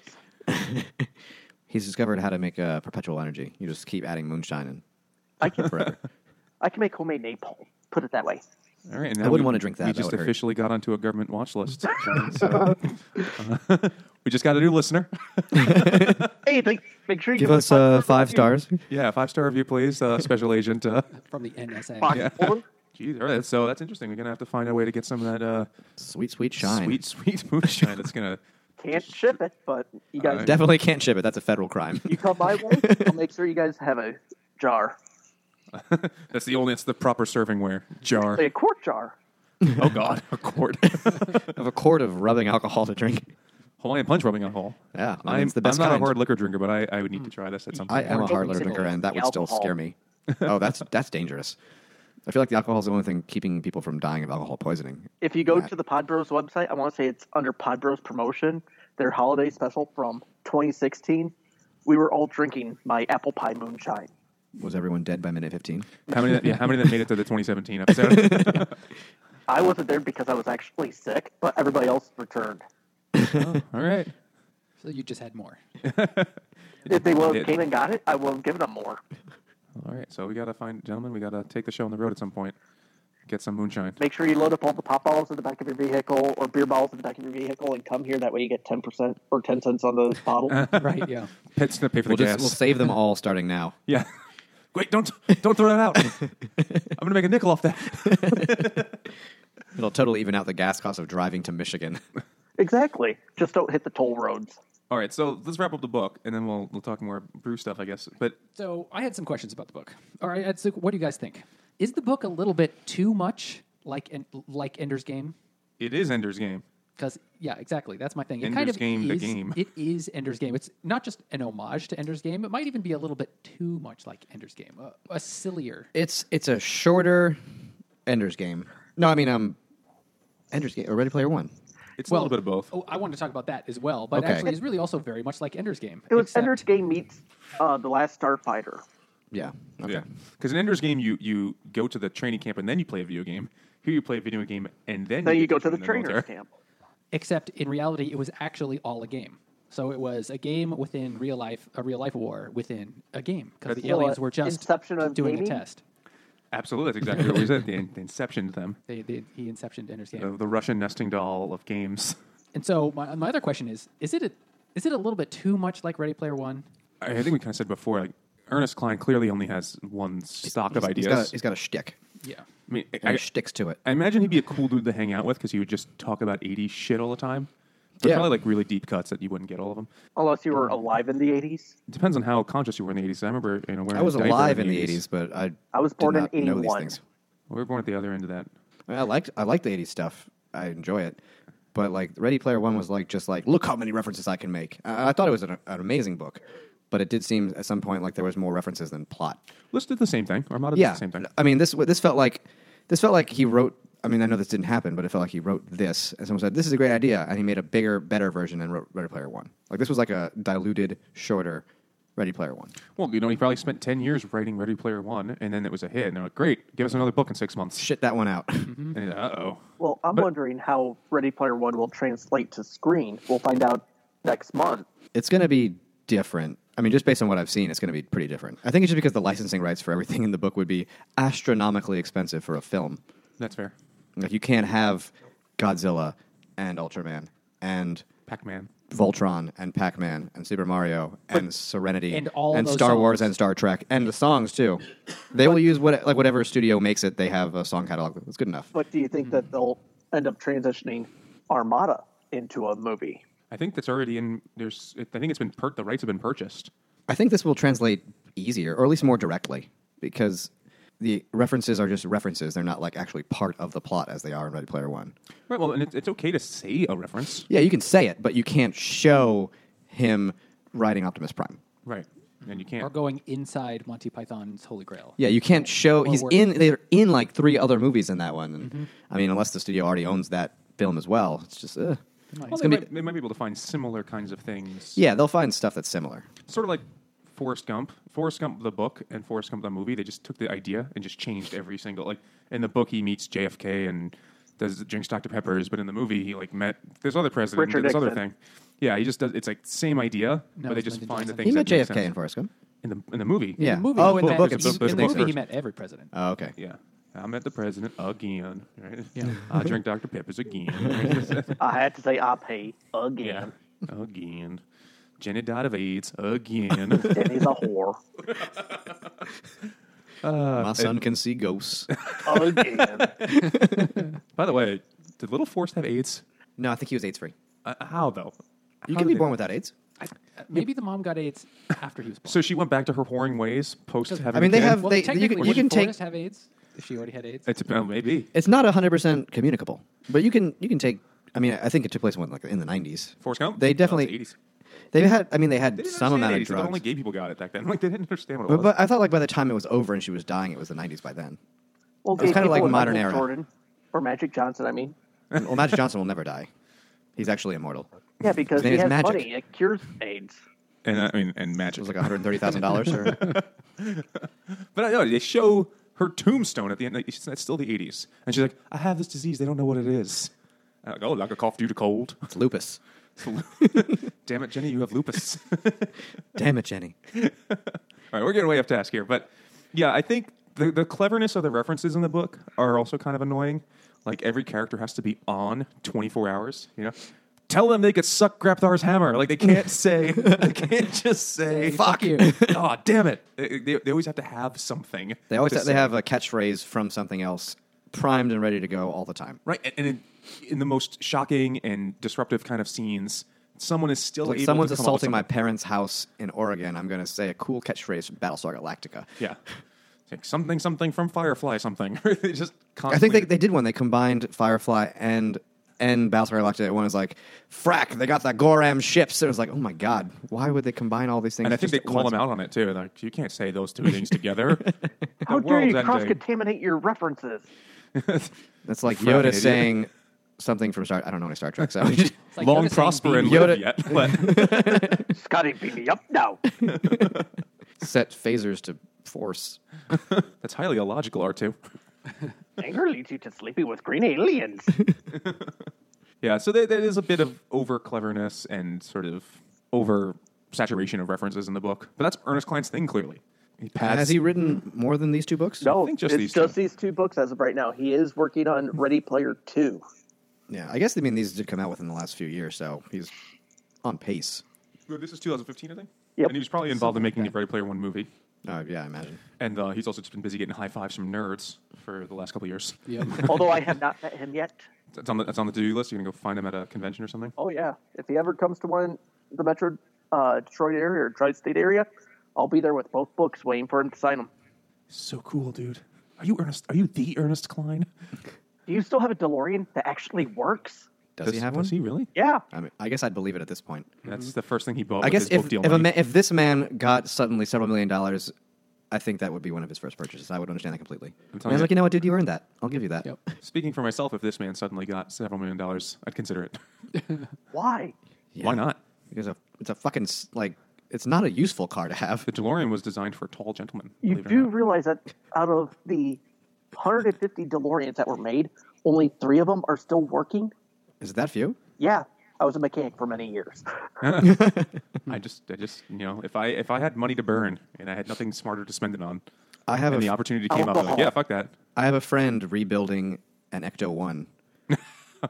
C: He's discovered how to make uh, perpetual energy. You just keep adding moonshine and
D: I can
C: forever.
D: I can make homemade napalm. Put it that way.
B: All right, and
C: I
B: now
C: wouldn't
B: we-
C: wanna drink that.
B: We
C: That
B: just
C: would hurt.
B: officially got onto a government watch list. so, uh, we just got a new listener.
D: Hey, think, make sure you
C: Give us uh, five stars.
B: yeah, five star review, please. Uh, special agent. Uh,
A: from the NSA.
D: box full.
B: geez, all right. So that's interesting. We're gonna have to find a way to get some of that uh,
C: Sweet, sweet shine.
B: sweet, sweet moonshine. That's gonna.
D: Can't ship it, but you guys
C: Definitely can't ship it. That's a federal crime.
D: you come my way. I'll make sure you guys have a jar,
B: That's the only. It's the proper servingware jar.
D: Say a quart jar.
B: Oh God, a quart.
C: of a quart of rubbing alcohol to drink.
B: Hawaiian punch rubbing alcohol.
C: Yeah, that
B: I'm,
C: means the best
B: I'm not
C: kind. Mm,
B: a hard liquor drinker, but I, I would need to try this at some
C: I
B: point.
C: am a
D: Orange
C: hard liquor
D: juice
C: drinker, and that would still
D: alcohol.
C: scare me. Oh, that's that's dangerous. I feel like the alcohol is the only thing keeping people from dying of alcohol poisoning.
D: If you go
C: Yeah.
D: to the Podbros website, I want to say it's under Podbros promotion. Their holiday special from 2016. We were all drinking my apple pie moonshine.
C: Was everyone dead by minute fifteen?
B: How many? That, yeah, how many that made it to the 2017 episode?
D: I wasn't there because I was actually sick, but everybody else returned.
B: Oh, All right.
A: So you just had more.
D: If they would
B: Did-
D: have came and got it, I would have given them more.
B: All right. So we gotta find, gentlemen. We gotta take the show on the road at some point. Get some moonshine.
D: Make sure you load up all the pop bottles in the back of your vehicle or beer bottles in the back of your vehicle and come here. That way you get 10% or 10 cents on the bottle.
A: right, yeah.
B: Pets gonna pay for the
C: We'll
B: gas.
C: just we'll save them all starting now.
B: yeah. Wait! Don't don't throw that out. I'm gonna make a nickel off that.
C: It'll totally even out the gas cost of driving to Michigan.
D: exactly. Just don't hit the toll roads.
B: All right. So let's wrap up the book, and then we'll we'll talk more brew stuff, I guess. But
A: So I had some questions about the book. All right, so what do you guys think? Is the book a little bit too much like en- like Ender's Game?
B: it is Ender's Game.
A: Because yeah, exactly. That's my thing. It
B: Ender's Game, the game.
A: It is Ender's Game. It's not just an homage to Ender's Game. It might even be a little bit too much like Ender's Game. A, a sillier.
C: It's it's a shorter Ender's Game. No, I mean um, Ender's Game or Ready Player One.
B: It's
A: Well,
B: a little bit of both.
A: Oh, I wanted to talk about that as well, but
C: Okay.
A: actually, it's really also very much like Ender's Game.
D: It was
A: except-
D: Ender's Game meets uh, The Last Starfighter.
C: Yeah. Okay.
B: Yeah, because in Ender's Game, you you go to the training camp and then you play a video game. Here, you play a video game and then
D: Then you
B: get
D: go to the
B: join
D: trainer's
B: military.
D: camp.
A: except in reality it was actually all a game so it was a game within real life a real life war within a game because the
D: Well,
A: aliens
D: uh,
A: were just
D: Inception of
A: doing
D: gaming?
A: a test
B: Absolutely, that's exactly what we said. They, they inceptioned them.
A: They, they, he inceptioned Ender's Game.
C: Oh.
B: The, the Russian nesting doll of games.
A: And so my, my other question is: Is it a, is it a little bit too much like Ready Player One?
B: I, I think we kind of said before, like, Ernest Klein clearly only has one stock of
C: He's
B: ideas.
C: got a, he's got a shtick.
A: Yeah.
B: I mean, I,
C: And he sticks to it.
B: I imagine he'd be a cool dude to hang out with because he would just talk about 80s shit all the time. There's
C: Yeah.
B: probably like really deep cuts that you wouldn't get all of them.
H: unless you were alive in the 80s.
B: Depends on how conscious you were in the 80s. I remember, you know, wearing
C: I was
B: a diaper
C: alive in the '80s, but I
H: I was
C: did
H: born in
C: not know these
H: 81.
C: things.
B: We were born at the other end of that.
C: I, mean, I liked I liked the '80s stuff. I enjoy it, but like Ready Player One was like just like look how many references I can make. I, I thought it was an, an amazing book, but it did seem at some point like there was more references than plot.
B: Let's do the same thing. Armada did the same thing.
C: I mean, this this felt like this felt like he wrote. I mean, I know this didn't happen, but it felt like he wrote this, and someone said, "This is a great idea," and he made a bigger, better version and wrote Ready Player One. Like this was like a diluted, shorter Ready Player One.
B: Well, you know, he probably spent 10 years writing Ready Player One, and then it was a hit. And they're like, great, give us another book in six months.
C: Shit that one out.
B: And he's like, uh oh.
H: Well, I'm
B: But-
H: wondering how Ready Player One will translate to screen. We'll find out next month.
C: it's going to be different. I mean, just based on what I've seen, it's going to be pretty different. I think it's just because the licensing rights for everything in the book would be astronomically expensive for a film.
B: That's fair.
C: Like you can't have Godzilla and Ultraman and
B: Pac Man.
C: Voltron and Pac Man and Super Mario and Serenity
A: and all those
C: Star Wars
A: songs.
C: and Star Trek and the songs too. They will use what like whatever studio makes it. They have a song catalog that's good enough.
H: But do you think
B: Mm-hmm.
H: that they'll end up transitioning Armada into a movie?
B: I think that's already in. There's. I think it's been. Per- the rights have been purchased.
C: I think this will translate easier, or at least more directly, because the references are just references. They're not like actually part of the plot as they are in Ready Player One.
B: Right. Well, and it's, it's okay to say a reference.
C: Yeah, you can say it, but you can't show him riding Optimus Prime.
B: Right. And you
A: Or
B: can't.
A: going inside Monty Python's Holy Grail.
C: Yeah, you can't show he's
A: work.
C: in. They're in like three other movies in that one. And, I mean, unless the studio already owns that film as well, it's just uh,
B: Well,
C: it's
B: they,
C: gonna
B: might,
C: be.
B: they might be able to find similar kinds of things.
C: Yeah, they'll find stuff that's similar.
B: Sort of like Forrest Gump. Forrest Gump the book and Forrest Gump the movie. They just took the idea and just changed every single. Like in the book, he meets JFK and does drinks Dr Peppers, but in the movie, he like met this other president,
H: Richard
B: did this other
H: Nixon.
B: thing. Yeah, he just does. It's like same idea,
A: No,
B: but they
A: it's
B: just
A: Lyndon
B: find the
A: Johnson.
B: things.
C: He met
B: that make
C: JFK in
B: sense.
C: Forrest Gump.
B: in the in the movie.
C: Yeah.
A: In the movie,
C: Oh,
A: he
C: in the
A: met-
C: book,
A: he-
C: it's- it's
A: in the
C: based
A: movie, he
B: first.
A: met every president.
C: Oh, okay.
B: Yeah. I met the president again. Right? Yeah. I drink Dr. Peppers again.
H: I had to say I pay again.
B: yeah. Again. Jenny died of AIDS again.
H: And he's a whore
C: Uh, My son can see ghosts.
H: again.
B: By the way, did Little Force have AIDS?
C: no, I think he was AIDS free.
B: Uh, how though?
C: You
B: How
C: can
B: did
C: be
B: they-
C: born without AIDS.
A: Maybe the mom got AIDS after he was born.
B: So she went back to her whoring ways post having.
C: I mean,
B: a
C: they
B: kid?
C: have-
A: well,
C: they- you
A: technically,
C: can- you
A: wouldn't
C: can take-
A: Forrest have AIDS if she already had AIDS.
B: It's uh, maybe
C: It's not hundred percent communicable, but you can you can take. I mean, I think it took place when like in the nineties.
B: Forrest Gump.
C: They
B: No, it's
C: definitely-
B: 80s.
C: They had. I mean, they had
B: They didn't
C: some
B: understand
C: amount of
B: 80s. I thought Only
C: drugs.
B: gay people got it back then. Like they didn't understand what it
C: But,
B: was.
C: but I thought like by the time it was over and she was dying, it was the nineties by then.
H: Well,
C: It's
H: gay
C: kinda like
H: people and
C: modern
H: Michael
C: era.
H: Jordan or Magic Johnson. I mean,
C: well, Magic Johnson will never die. He's actually immortal.
H: yeah, because
C: name
H: he
C: is
H: has
C: Magic.
H: money. It cures AIDS.
B: and uh, I mean, and
C: It
B: magic.
C: was like one hundred thirty thousand dollars. or
B: But I know they show her tombstone at the end. Like, it's it's still the eighties, and she's like, "I have this disease. They don't know what it is." And I go, "Oh, like a cough due to cold."
C: It's lupus.
B: Damn it, Jenny, you have lupus.
C: Damn it, Jenny.
B: All right, we're getting way off task here, but yeah, I think the the cleverness of the references in the book are also kind of annoying. Like every character has to be on twenty four hours. You know, tell them they could suck Grapthar's hammer. Like they can't say, they can't just say,
A: Fuck you.
B: oh, damn it. They, they, they always have to have something.
C: They always
B: to
C: have, they
B: say.
C: have a catchphrase from something else, primed and ready to go all the time.
B: Right, and, and in, in the most shocking and disruptive kind of scenes, someone is still
C: Like
B: able
C: someone's
B: to come up with
C: assaulting my
B: something.
C: parents' house in Oregon. I'm going to say a cool catchphrase from Battlestar Galactica.
B: yeah, It's like something something from Firefly something. They just
C: I think
B: constantly-
C: they, they did one. They combined Firefly and and Battlestar Galactica. One is like, frack, they got the Goram ships. It was like, oh my god, why would they combine all these things?
B: and I think
C: just
B: they
C: at
B: call
C: once?
B: them out on it too. Like you can't say those two things together. The
H: How dare
B: world's
H: you
B: ending.
H: cross contaminate your references?
C: That's like
B: Fucking
C: Yoda
B: idiot.
C: saying something from Star. I don't know any Star Trek, so
A: like Yoda
B: Long
A: saying
B: prosper and
A: beep.
B: live
C: Yoda-
B: yet. But
H: Scotty, beat me up now.
C: set phasers to force.
B: that's highly illogical, R two.
H: Anger leads you to sleeping with green aliens.
B: Yeah, so there, there is a bit of over cleverness and sort of over saturation of references in the book, but that's Ernest Klein's thing clearly. He pats.
C: Has he written more than these two books?
H: No,
B: think just
H: it's
B: these
H: just
B: two.
H: these two books as of right now. He is working on Ready Player Two.
C: Yeah, I guess I mean these did come out within the last few years, so he's on pace.
B: Well, this is 2015, I think.
H: Yep.
B: And he was probably involved in making the Ready Player One movie.
C: Uh, yeah, I imagine.
B: And uh, he's also just been busy getting high fives from nerds for the last couple of years.
A: Yep.
H: Although I have not met him yet.
B: That's on the, that's on the to-do list. You're going to go find him at a convention or something?
H: Oh yeah, if he ever comes to one the Metro uh, Detroit area or Tri-State area, I'll be there with both books, waiting for him to sign them.
B: So cool, dude. Are you Ernest? Are you the Ernest Klein?
H: Do you still have a DeLorean that actually works?
C: Does, he have one?
B: Does he really?
H: Yeah,
C: I mean, I guess I'd believe it at this point.
B: That's the first thing he bought.
C: Mm-hmm. I
B: with
C: guess
B: his
C: if
B: book deal
C: if, a
B: money.
C: man, if this man got suddenly several million dollars, I think that would be one of his first purchases. I would understand that completely. And I
B: telling
C: was
B: you.
C: like, you know what, dude, you earned that. I'll give you that.
A: Yep.
B: Speaking for myself, if this man suddenly got several million dollars, I'd consider it.
H: why?
B: Why not?
C: Because a, it's a fucking s- like it's not a useful car to have.
B: The DeLorean was designed for tall gentlemen.
H: You
B: believe it or
H: do
B: not.
H: realize that out of the 150 DeLoreans that were made, only three of them are still working.
C: Is it that few?
H: Yeah, I was a mechanic for many years.
C: Hmm.
B: I just, I just, you know, if I if I had money to burn and I had nothing smarter to spend it on,
C: I have
B: and
C: a
B: the
C: f-
B: opportunity came up, I'd be like, yeah, fuck that.
C: I have a friend rebuilding an Ecto one.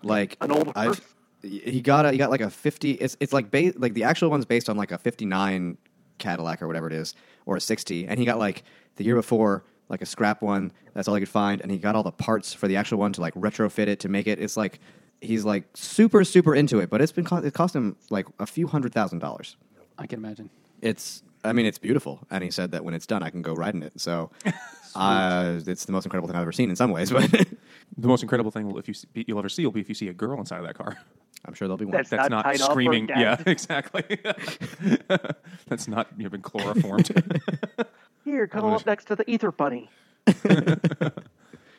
C: like
H: An old
C: I've-
H: hearse?
C: he got a, he got like a fifty. It's it's like ba- like the actual one's based on like a fifty nine Cadillac or whatever it is, or a sixty, and he got like the year before like a scrap one. That's all he could find, and he got all the parts for the actual one to like retrofit it to make it. It's like he's like super super into it, but it's been co- it cost him like a few hundred thousand dollars.
A: I can imagine.
C: It's I mean it's beautiful, and he said that when it's done, I can go ride in it. So. Uh, it's the most incredible thing I've ever seen in some ways, but
B: The most incredible thing will- if you see, you'll ever see will be if you see a girl inside of that car.
C: I'm sure there'll be one.
H: That's,
B: That's
H: not,
B: not,
H: tied up or
B: screaming.
H: dead.
B: Yeah, exactly. That's not you've been chloroformed.
H: Here, cuddle up next to the ether bunny.
B: and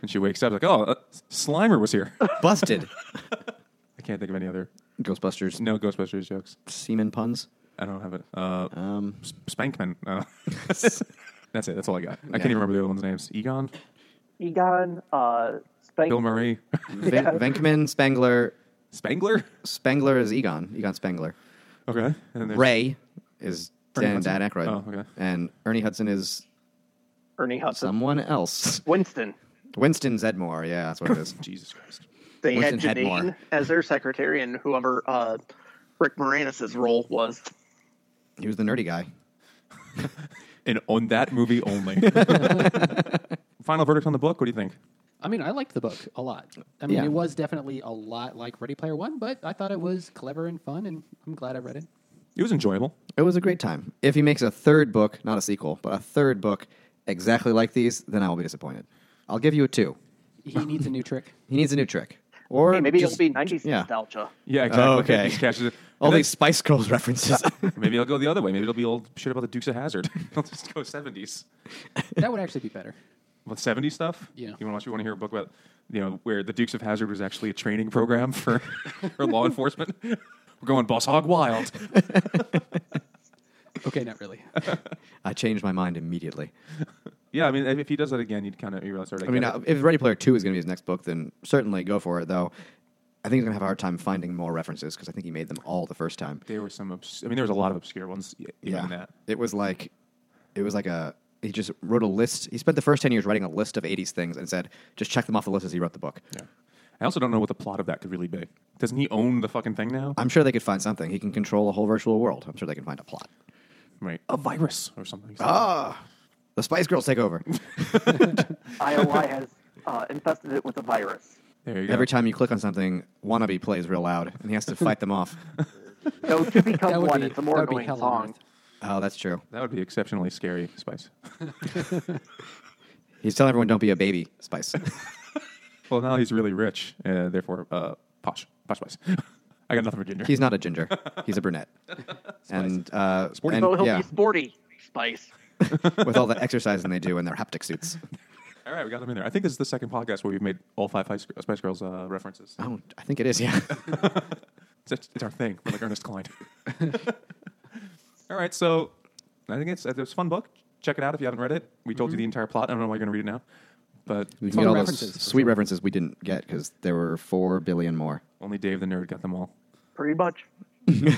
B: she wakes up like, oh, uh, Slimer was here. I
C: Busted.
B: can't think of any other
C: Ghostbusters
B: no Ghostbusters jokes.
C: semen puns.
B: I don't have it. Uh,
C: Um,
B: S- Spankman. Uh, that's it. That's all I got. I can't even remember the other ones' names. Egon,
H: Egon, uh, Spank,
B: Bill Murray,
C: Ven- Venkman, Spangler.
B: Spangler.
C: Spangler is Egon. Egon Spangler.
B: Okay. And there's-
C: Ray is Dan,
B: Hudson.
C: Dan Aykroyd.
B: Oh, okay.
C: And Ernie Hudson is
H: Ernie Hudson,
C: someone else.
H: Winston.
C: Winston Zedmore. Yeah, that's what it is.
B: Jesus Christ.
H: They
C: Winston
H: had Janine
C: Hedmore.
H: as their secretary, and whoever uh, Rick Moranis' role was.
C: He was the nerdy guy.
B: And on that movie only. Final verdict on the book. What do you think?
A: I mean, I liked the book a lot. I mean,
C: Yeah.
A: it was definitely a lot like Ready Player One, but I thought it was clever and fun, and I'm glad I read it.
B: It was enjoyable.
C: It was a great time. If he makes a third book, not a sequel, but a third book exactly like these, then I will be disappointed. I'll give you a two.
A: He needs a new trick.
C: He needs a new trick. Or
H: Hey, maybe
C: just-
H: it'll be 90s
C: yeah.
H: nostalgia.
B: Yeah, exactly.
C: okay.
B: Just catches it.
C: All
B: And
C: these Spice Girls references.
B: then Maybe I'll go the other way. Maybe it'll be old shit about the Dukes of Hazard. I'll just go seventies.
A: That would actually be better.
B: What seventies stuff?
A: Yeah.
B: You want to watch? You want to hear a book about you know where the Dukes of Hazard was actually a training program for for law enforcement? We're going boss hog wild.
A: Okay, not really.
C: I changed my mind immediately.
B: Yeah, I mean, if if he does that again, you'd kind of you realize. all right,
C: I mean,
B: get it.
C: uh, if Ready Player Two is going to be his next book, then certainly go for it. Though, I think he's going to have a hard time finding more references because I think he made them all the first time.
B: there were some. Obs- I mean, there was a lot of obscure ones. y- Even in that.
C: it was like, it was like a. He just wrote a list. He spent the first ten years writing a list of '80s things and said, "Just check them off the list as he wrote the book."
B: Yeah. I also don't know what the plot of that could really be. Doesn't he own the fucking thing now?
C: I'm sure they could find something. He can control a whole virtual world. I'm sure they can find a plot.
B: Right, a virus or something.
C: Ah, the Spice Girls take over.
H: IOI has uh, infested it with a virus.
B: there you go.
C: Every time you click on something, wannabe plays real loud, and he has to fight them off.
H: No, to
A: That
H: become
A: would
H: one.
A: be,
H: it's a
A: that
H: more
A: would be
H: annoying
A: hell on
H: song.
A: earth.
C: Oh, that's true.
B: that would be exceptionally scary, Spice.
C: He's telling everyone, "Don't be a baby, Spice."
B: well, now he's really rich, uh, therefore uh, posh, posh Spice. I got nothing for Ginger.
C: He's not a ginger. He's a brunette. and uh,
B: Sporty.
C: and,
H: So he'll
C: yeah,
H: be sporty, Spice.
C: with all the exercising they do in their haptic suits.
B: all right, we got him in there. I think this is the second podcast where we've made all five Spice, Spice Girls uh, references.
C: Oh, I think it is. Yeah.
B: It's, it's our thing. We're like Ernest Klein. All right, so I think it's it's a fun book. Check it out if you haven't read it. We told you the entire plot. I don't know why you're going to read it now, but
C: We
A: Fun
C: get all
A: references, for
C: those sweet references we didn't get because there were four billion more.
B: only Dave the nerd got them all.
H: Pretty much.
A: Yeah.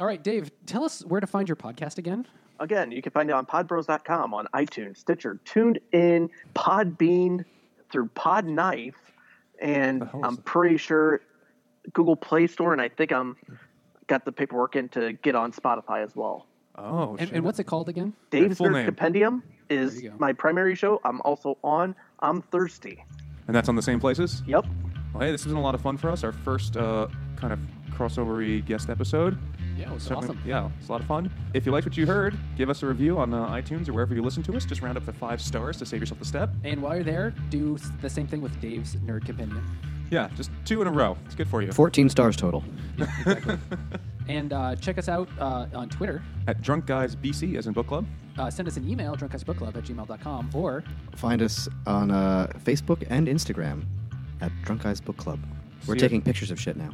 A: All right, Dave, tell us where to find your podcast again.
D: Again, you can find it on podbros.com, on iTunes, Stitcher, Tuned In, Podbean, through Podknife, and
B: hell is
D: I'm
B: that?
D: pretty sure Google Play Store, and I think I'm got the paperwork in to get on Spotify as well.
B: Oh,
A: And,
B: shit.
A: and what's it called again?
D: Dave's
B: full
D: Nerd
B: name.
D: Compendium is
A: There you go.
D: my primary show. I'm also on I'm Thirsty.
B: And that's on the same places?
D: Yep.
B: Well, hey, this has been a lot of fun for us. Our first uh, kind of crossover guest episode.
A: Yeah, it was
B: Certainly-
A: awesome.
B: Yeah, it's a lot of fun. If you liked what you heard, give us a review on uh, iTunes or wherever you listen to us. Just round up to five stars to save yourself the step.
A: And while you're there, do s- the same thing with Dave's Nerd Compendium.
B: Yeah, just two in a row. It's good for you.
C: 14 stars total.
A: And uh, check us out uh, on Twitter.
B: At Drunk Guys BC, as in book club.
A: Uh, send us an email, drunkcastbookclub at gmail.com, or
C: Find us on uh, Facebook and Instagram at Drunk Eyes Book Club. We're
B: See ya.
C: taking pictures of shit now.